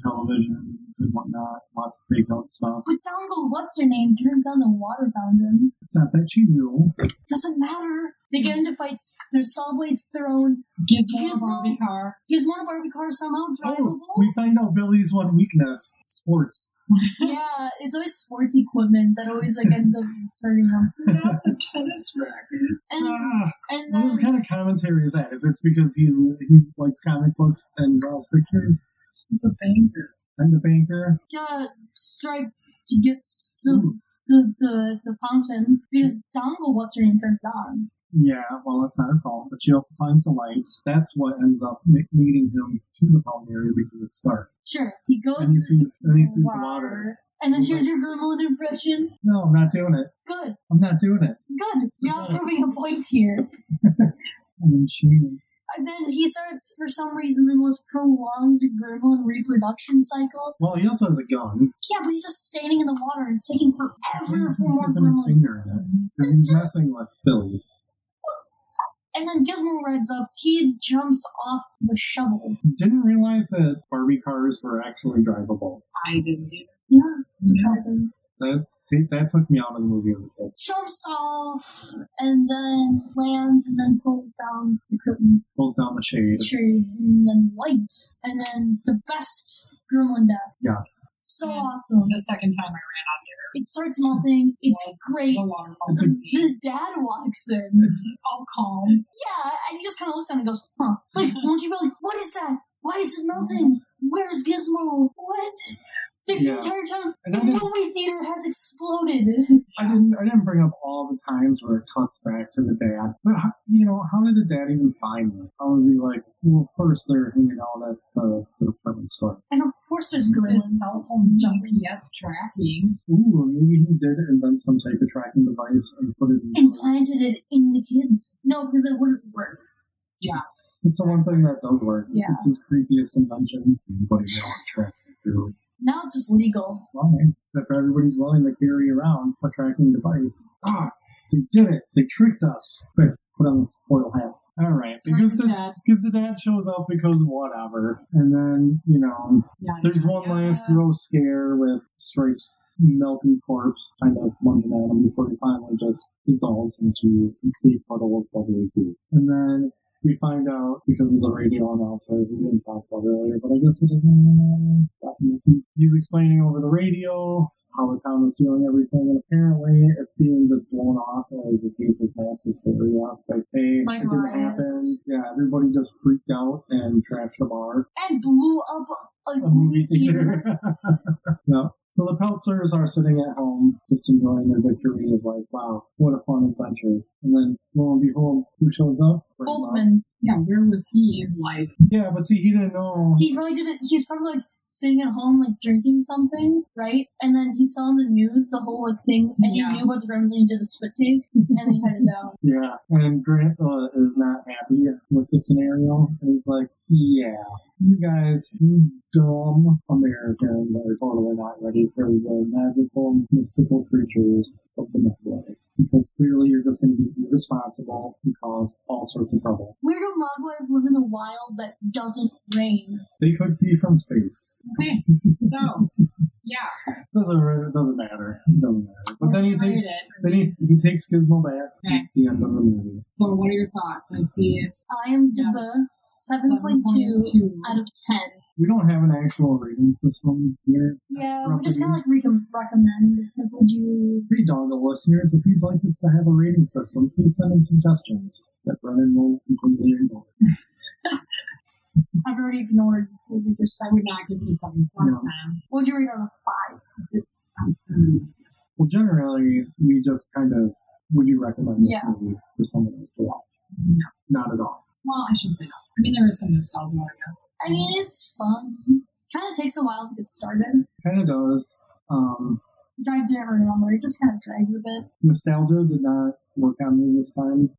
[SPEAKER 4] televisions and whatnot, lots of fake out stuff.
[SPEAKER 3] But Dongle, what's her name? Turns on the water fountain.
[SPEAKER 4] It's not that you knew.
[SPEAKER 3] Doesn't matter. They get into fights. There's saw blades thrown.
[SPEAKER 5] Gizmo,
[SPEAKER 3] Gizmo.
[SPEAKER 5] Gizmo. Barbie car.
[SPEAKER 3] Gizmo and Barbie car somehow drivable.
[SPEAKER 4] Oh, We find out Billy's one weakness sports.
[SPEAKER 3] yeah, it's always sports equipment that always like ends up hurting them.
[SPEAKER 4] Not the tennis racket.
[SPEAKER 3] And,
[SPEAKER 4] Ah.
[SPEAKER 3] and
[SPEAKER 5] Um,
[SPEAKER 3] then
[SPEAKER 4] What kind of commentary is that? Is it because he's he likes comic books and draws pictures?
[SPEAKER 5] It's a banker.
[SPEAKER 4] And the banker.
[SPEAKER 3] uh, Stripe gets the, the, the, the fountain because Dongle, what's her name, turned on.
[SPEAKER 4] Yeah, well, that's not her fault. But she also finds the lights. That's what ends up ma- leading him to the fountain area because it's dark.
[SPEAKER 3] Sure, he goes.
[SPEAKER 4] And he sees, and he sees
[SPEAKER 3] water.
[SPEAKER 4] water.
[SPEAKER 3] And then
[SPEAKER 4] He's
[SPEAKER 3] here's your gremlin impression.
[SPEAKER 4] No, I'm not doing it.
[SPEAKER 3] Good,
[SPEAKER 4] I'm not doing it.
[SPEAKER 3] good. You're not
[SPEAKER 4] Yeah.
[SPEAKER 3] proving a point here.
[SPEAKER 4] And then she.
[SPEAKER 3] And then he starts, for some reason, the most prolonged gremlin reproduction cycle.
[SPEAKER 4] Well, he also has a gun.
[SPEAKER 3] Yeah, but he's just standing in the water and taking forever
[SPEAKER 4] He's just
[SPEAKER 3] for more
[SPEAKER 4] dipping his
[SPEAKER 3] gremlin.
[SPEAKER 4] finger in it because he's
[SPEAKER 3] Just-
[SPEAKER 4] messing with Billy.
[SPEAKER 3] And then Gizmo rides up. He jumps off the shovel.
[SPEAKER 4] Didn't realize that Barbie cars were actually drivable.
[SPEAKER 5] I didn't either.
[SPEAKER 3] Yeah, surprising.
[SPEAKER 4] That that took me out of the movie as a kid.
[SPEAKER 3] jumps off and then lands and then pulls down the curtain
[SPEAKER 4] Pulls down the shade.
[SPEAKER 3] tree and then light and then the best gremlin death.
[SPEAKER 4] Yes.
[SPEAKER 3] So
[SPEAKER 5] Yeah.
[SPEAKER 3] awesome.
[SPEAKER 5] The second time I ran out here.
[SPEAKER 3] It starts melting. It's great.
[SPEAKER 5] The long
[SPEAKER 4] It's a-
[SPEAKER 5] scene.
[SPEAKER 3] The dad walks in.
[SPEAKER 5] All calm.
[SPEAKER 3] Yeah, and he just kind of looks at him and goes, huh. Like, won't you be like, what is that? Why is it melting? Where's Gizmo? What? The
[SPEAKER 4] Yeah.
[SPEAKER 3] entire time,
[SPEAKER 4] And
[SPEAKER 3] the
[SPEAKER 4] that is-
[SPEAKER 3] movie theater has exploded.
[SPEAKER 4] I didn't. I didn't bring up all the times where it cuts back to the dad. But how, you know, how did the dad even find them? How was he like? Well, first they're hanging out at the, the department store.
[SPEAKER 3] And of course there's
[SPEAKER 5] It's
[SPEAKER 3] gremlins.
[SPEAKER 5] his cell phone GPS tracking.
[SPEAKER 4] Ooh, maybe he did invent some type of tracking device and put it in.
[SPEAKER 3] and planted it in the kids. No, because it wouldn't work.
[SPEAKER 4] It's the one thing that does work.
[SPEAKER 5] Yeah.
[SPEAKER 4] It's his creepiest invention. Anybody know what tracking do?
[SPEAKER 3] Now it's just legal.
[SPEAKER 4] Well, man, if everybody's willing to carry around a tracking device, ah, they did it. They tricked us. Quick, put on this foil hat. All right, because the
[SPEAKER 5] Dad.
[SPEAKER 4] because the dad shows up because whatever, and then you know
[SPEAKER 5] Yeah,
[SPEAKER 4] there's
[SPEAKER 5] yeah,
[SPEAKER 4] one
[SPEAKER 5] yeah.
[SPEAKER 4] last gross scare with Stripe's melting corpse kind of lunging at him before he finally just dissolves into a complete puddle of bubbly goo. And then we find out because of the radio announcer we didn't talk about earlier, but I guess it doesn't really matter. He's explaining over the radio how the town is feeling everything, and apparently it's being just blown off as a case of mass hysteria. Like, hey,
[SPEAKER 3] Like
[SPEAKER 4] it didn't
[SPEAKER 3] riots.
[SPEAKER 4] happen. Yeah, everybody just freaked out and trashed the bar
[SPEAKER 3] And blew up a,
[SPEAKER 4] a movie theater. yeah. So the Peltzers are sitting at home, just enjoying their victory of like, wow, what a fun adventure. And then, lo and behold, who shows up? Grandma.
[SPEAKER 3] Goldman.
[SPEAKER 5] Yeah, where was he in life?
[SPEAKER 4] Yeah, but see, he didn't know.
[SPEAKER 3] He probably didn't. He was probably like sitting at home, like drinking something, right? And then he saw in the news the whole like thing, and
[SPEAKER 5] Yeah.
[SPEAKER 3] he knew about the gremlins, and he did a split take, and they cut it down.
[SPEAKER 4] Yeah, and Grandpa is not happy with the scenario. And he's like, yeah, you guys, you dumb Americans are totally not ready for the magical, mystical creatures of the Network. Because clearly you're just going to be irresponsible and cause all sorts of trouble.
[SPEAKER 3] Where do Mogwais live in the wild that doesn't rain?
[SPEAKER 4] They could be from space.
[SPEAKER 5] Okay, so, yeah.
[SPEAKER 4] Doesn't re- doesn't matter. Doesn't matter. But then he
[SPEAKER 5] Read
[SPEAKER 4] takes
[SPEAKER 5] it.
[SPEAKER 4] then he, he takes Gizmo back
[SPEAKER 5] Okay.
[SPEAKER 4] at the end of the movie.
[SPEAKER 5] So, what are your thoughts? I see it.
[SPEAKER 3] I am
[SPEAKER 5] at
[SPEAKER 3] Deba, seven point two
[SPEAKER 5] 7.2.
[SPEAKER 3] out of ten.
[SPEAKER 4] We don't have an actual rating system here.
[SPEAKER 3] Yeah, we're just kind of like we can recommend. Like, would you?
[SPEAKER 4] Free dongle listeners, if you'd like us to have a rating system, please send in suggestions that Brennan will completely ignore.
[SPEAKER 3] I've already ignored. Would you just?
[SPEAKER 5] I would not give it a seven point
[SPEAKER 4] No.
[SPEAKER 5] ten.
[SPEAKER 3] What would you rate out of five?
[SPEAKER 5] It's um,
[SPEAKER 4] Well, generally, we just kind of would you recommend this
[SPEAKER 5] Yeah.
[SPEAKER 4] movie for someone else to watch?
[SPEAKER 5] No.
[SPEAKER 4] Not at all.
[SPEAKER 5] Well, I should say no. I mean, there is some nostalgia, I guess.
[SPEAKER 3] I mean, it's fun. Kind of takes a while to get started,
[SPEAKER 4] Kind of does. Um,
[SPEAKER 3] which I didn't remember. It just kind of drags a bit.
[SPEAKER 4] nostalgia did not work on me this time,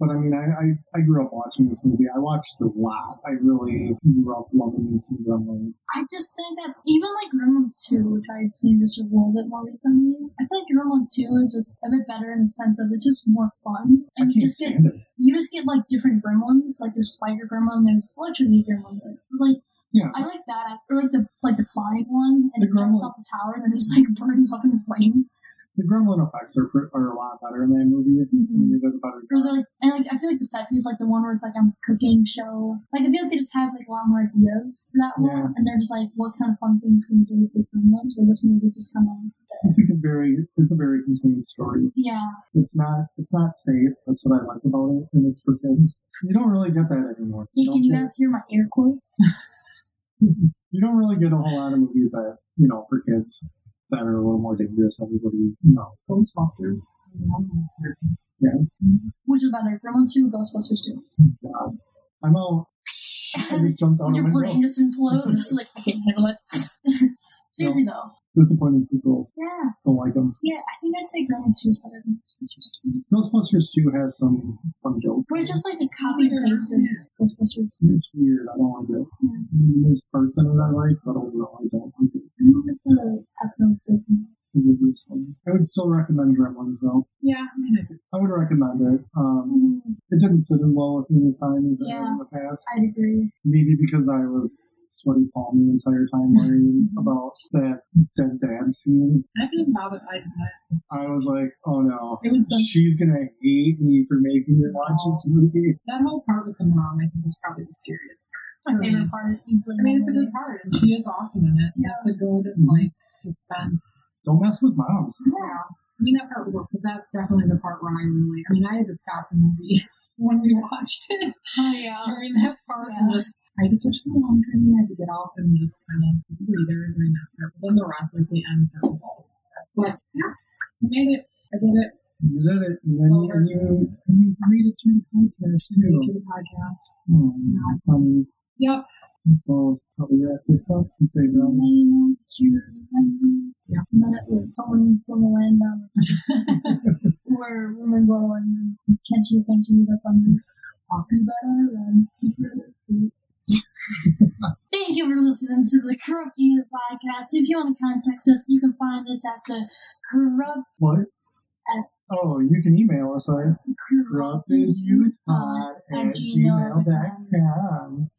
[SPEAKER 4] but I mean, I, I, I grew up watching this movie. I watched it a lot. I really grew up loving some Gremlins.
[SPEAKER 3] I just think that even like Gremlins 2, which I've seen just a little bit more recently, I feel like Gremlins 2 is just a bit better in the sense of it's just more fun.
[SPEAKER 4] I
[SPEAKER 3] And you
[SPEAKER 4] can't
[SPEAKER 3] just get
[SPEAKER 4] stand it.
[SPEAKER 3] you just get like different gremlins, like there's spider gremlin, there's electricity gremlins. Like, like
[SPEAKER 4] Yeah.
[SPEAKER 3] I like that. I or like the like the flying one and
[SPEAKER 4] The
[SPEAKER 3] it jumps
[SPEAKER 4] gremlin.
[SPEAKER 3] off the tower and then just like burns up in flames.
[SPEAKER 4] The Gremlin effects are, pr- are a lot better in that movie. I mean, they did a better
[SPEAKER 3] Or
[SPEAKER 4] job.
[SPEAKER 3] the, like, and like I feel like the set piece, like the one where it's like on a cooking show. Like I feel like they just had like a lot more ideas for that
[SPEAKER 4] Yeah.
[SPEAKER 3] one, and they're just like, what kind of fun things can we do with the gremlins? Where this movie just kind of
[SPEAKER 4] It's like a very, it's a very contained story.
[SPEAKER 3] yeah.
[SPEAKER 4] It's not it's not safe. That's what I like about it, and it's for kids. You don't really get that anymore.
[SPEAKER 3] Hey,
[SPEAKER 4] don't
[SPEAKER 3] can you guys
[SPEAKER 4] get-
[SPEAKER 3] hear my air quotes?
[SPEAKER 4] you don't really get a whole lot of movies that you know for kids that are a little more dangerous. Everybody, you know,
[SPEAKER 5] Ghostbusters. I mean, I'm not sure.
[SPEAKER 3] Mm-hmm. Which is better, Gremlins Two, Ghostbusters Two?
[SPEAKER 4] God. I'm all. I just jumped out of
[SPEAKER 3] Your
[SPEAKER 4] my
[SPEAKER 3] brain
[SPEAKER 4] window.
[SPEAKER 3] just implodes. It's like I can't handle it. Seriously though,
[SPEAKER 4] Disappointing sequels.
[SPEAKER 3] Yeah,
[SPEAKER 4] Don't like them.
[SPEAKER 3] yeah, I think I'd say Gremlins 2 is better than Ghostbusters 2.
[SPEAKER 4] Ghostbusters 2 has some fun jokes.
[SPEAKER 3] But it's just like a copy and paste of Ghostbusters.
[SPEAKER 4] It's weird. I don't like it.
[SPEAKER 3] Yeah.
[SPEAKER 4] I mean, There's parts in it I like, but overall, I don't like it.
[SPEAKER 3] I don't like the Afro Disney.
[SPEAKER 4] It's a group thing. I would still recommend Gremlins, though.
[SPEAKER 5] Yeah, I mean, I could-
[SPEAKER 4] I would recommend it. Um, it didn't sit as well with me this time as it has in the past.
[SPEAKER 3] Mm-hmm. I'd agree.
[SPEAKER 4] Maybe because I was sweaty palm the entire time worrying about that dead dad scene.
[SPEAKER 5] that didn't bother. I,
[SPEAKER 4] I
[SPEAKER 5] I,
[SPEAKER 4] was like, oh no,
[SPEAKER 5] it was the
[SPEAKER 4] she's gonna hate me for making her watch this movie.
[SPEAKER 5] that whole part with the mom. I think is probably the scariest
[SPEAKER 3] My
[SPEAKER 5] part.
[SPEAKER 3] favorite part. Easily
[SPEAKER 5] I mean, it's a good part, and she is awesome in it. It's a good like suspense.
[SPEAKER 4] Don't mess with moms.
[SPEAKER 5] Yeah, I mean that part was. But that's definitely the part where I really. I mean, I had to stop the movie when we watched it
[SPEAKER 3] Oh, yeah.
[SPEAKER 5] during that part. And
[SPEAKER 3] Yeah.
[SPEAKER 5] just, I just watched some laundry. I had to get off and just kind of breathe there during that part. But then the rest, like the end, that was all. But yeah, I made it. I did it.
[SPEAKER 4] You did it, and then you, and you, and you made it through the podcast
[SPEAKER 5] Made it
[SPEAKER 4] too.
[SPEAKER 5] through the podcast.
[SPEAKER 4] Oh, funny.
[SPEAKER 5] Yep.
[SPEAKER 4] I suppose probably wrap this up and say no.
[SPEAKER 5] Yeah.
[SPEAKER 3] Someone from a land down where women go and can't you can't you up on the coffee butter and Thank you for listening to the Corrupt Diva podcast. If you want to contact us, you can find us at the corrupt
[SPEAKER 4] What?
[SPEAKER 3] Uh,
[SPEAKER 4] Oh, you can email us at corruptedyouthpod at gmail.com.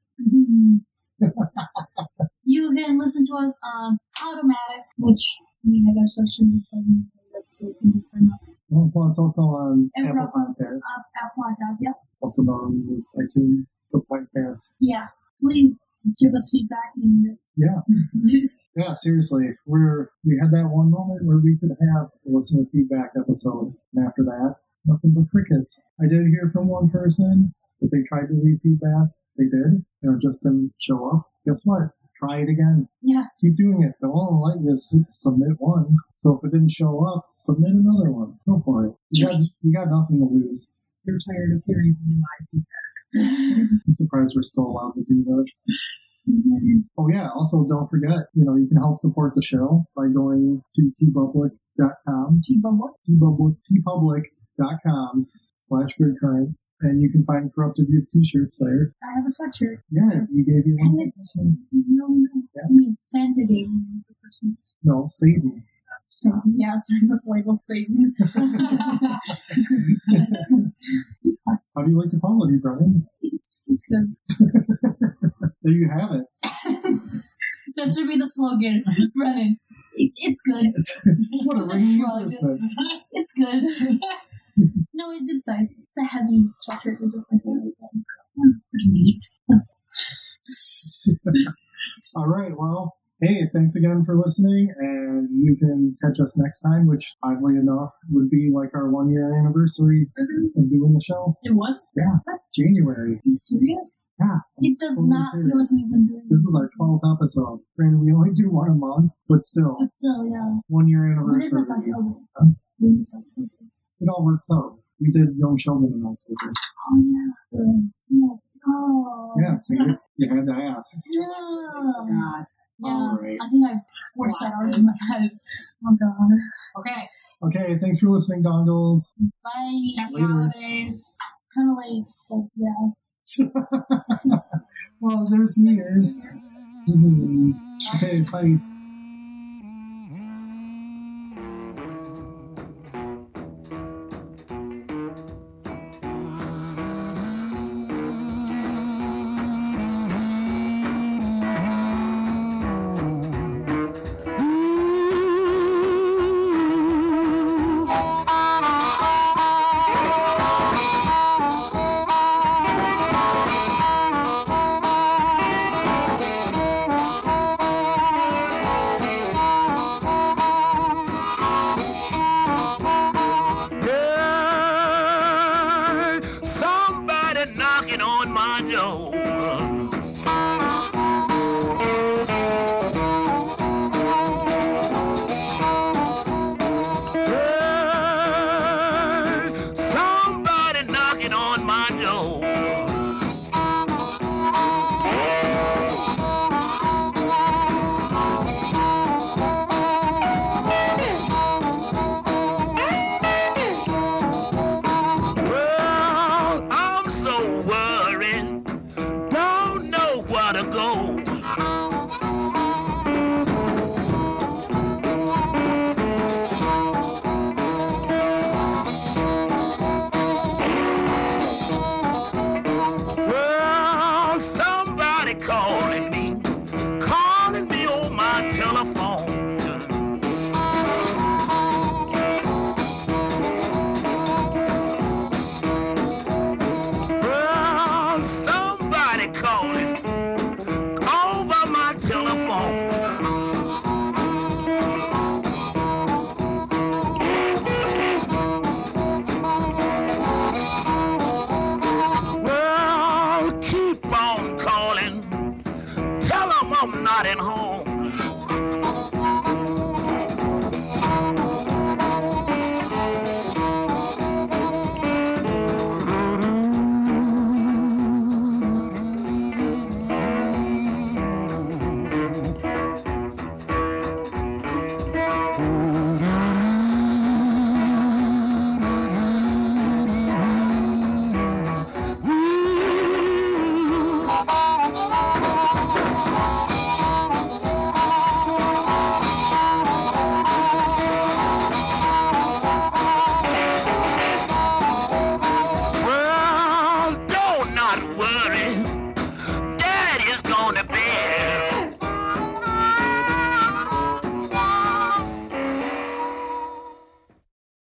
[SPEAKER 3] You can listen to us on Automatic, which we have our social media and episodes and just turn up.
[SPEAKER 4] Well, Oh, well, it's also on
[SPEAKER 3] And we're
[SPEAKER 4] Apple
[SPEAKER 3] also on-
[SPEAKER 4] Podcasts,
[SPEAKER 3] Up, up podcast, yep.
[SPEAKER 4] also known as iTunes, the podcast.
[SPEAKER 3] Yeah. Please give us feedback and
[SPEAKER 4] Yeah, yeah. Seriously, we're we had that one moment where we could have a listener feedback episode, and after that, nothing but crickets. I did hear from one person that they tried to leave feedback. They did, you know, just didn't show up. Guess what? Try it again.
[SPEAKER 3] yeah.
[SPEAKER 4] keep doing it. They'll only let you s- submit one. So if it didn't show up, submit another one. Go for it. You got, you got nothing to lose.
[SPEAKER 5] You're tired of hearing me live.
[SPEAKER 4] I'm surprised we're still allowed to do this. Oh yeah, also don't forget, you know, you can help support the show by going to tpublic.com,
[SPEAKER 3] T-Bubble.
[SPEAKER 4] tpublic, tpublic.com slash good current, and you can find Corrupted Youth t-shirts there.
[SPEAKER 3] I have a sweatshirt.
[SPEAKER 4] Yeah, we gave you
[SPEAKER 3] And
[SPEAKER 4] one.
[SPEAKER 3] it's no no. I mean Saturday the person.
[SPEAKER 4] No, Satan.
[SPEAKER 3] So yeah, it's mislabeled Satan.
[SPEAKER 4] How do you like the quality, Brian?
[SPEAKER 3] it's it's good.
[SPEAKER 4] There you have it.
[SPEAKER 3] That should be the slogan. Brennan. It, it's good.
[SPEAKER 4] What a
[SPEAKER 3] The
[SPEAKER 4] ringing
[SPEAKER 3] shrug.
[SPEAKER 4] endorsement.
[SPEAKER 3] It's good. no, it, it's nice. It's a heavy sweatshirt. Is it like
[SPEAKER 4] Mm-hmm.
[SPEAKER 3] Pretty neat.
[SPEAKER 4] All right. Well, hey, thanks again for listening. And you can catch us next time, which oddly enough would be like our one year anniversary of doing the show.
[SPEAKER 5] It was
[SPEAKER 4] Yeah, that's January.
[SPEAKER 3] Are you serious?
[SPEAKER 4] Yeah.
[SPEAKER 3] It does
[SPEAKER 4] Totally
[SPEAKER 3] not
[SPEAKER 4] serious.
[SPEAKER 3] feel like we've been doing
[SPEAKER 4] This is our 12th episode. Granted, we only do one a month, but still,
[SPEAKER 3] But still, yeah.
[SPEAKER 4] one year
[SPEAKER 3] What is
[SPEAKER 4] anniversary.
[SPEAKER 3] this October?
[SPEAKER 4] Huh?
[SPEAKER 3] What is this October?
[SPEAKER 4] It all works out. We did Young Sheldon in October.
[SPEAKER 3] Oh yeah. the- yeah. Oh.
[SPEAKER 4] Yeah, see? You had to ask.
[SPEAKER 3] Yeah.
[SPEAKER 5] God.
[SPEAKER 3] Yeah.
[SPEAKER 4] All right.
[SPEAKER 3] I think I've forced that out in my head. Oh god.
[SPEAKER 5] Okay.
[SPEAKER 4] Okay, thanks for listening, Dongles.
[SPEAKER 3] Bye.
[SPEAKER 5] Happy
[SPEAKER 4] Later.
[SPEAKER 5] holidays.
[SPEAKER 3] Kind of late, but yeah.
[SPEAKER 4] well, there's New Year's. There's New Year's. Okay, bye.
[SPEAKER 7] Yeah, somebody knocking on my door. Yeah, somebody knocking on my door. Well, I'm so worried, don't know where to go. Well, somebody calling me, calling me on my telephone. Well, somebody calling over my telephone. Well, keep on calling. Tell 'em I'm not at home.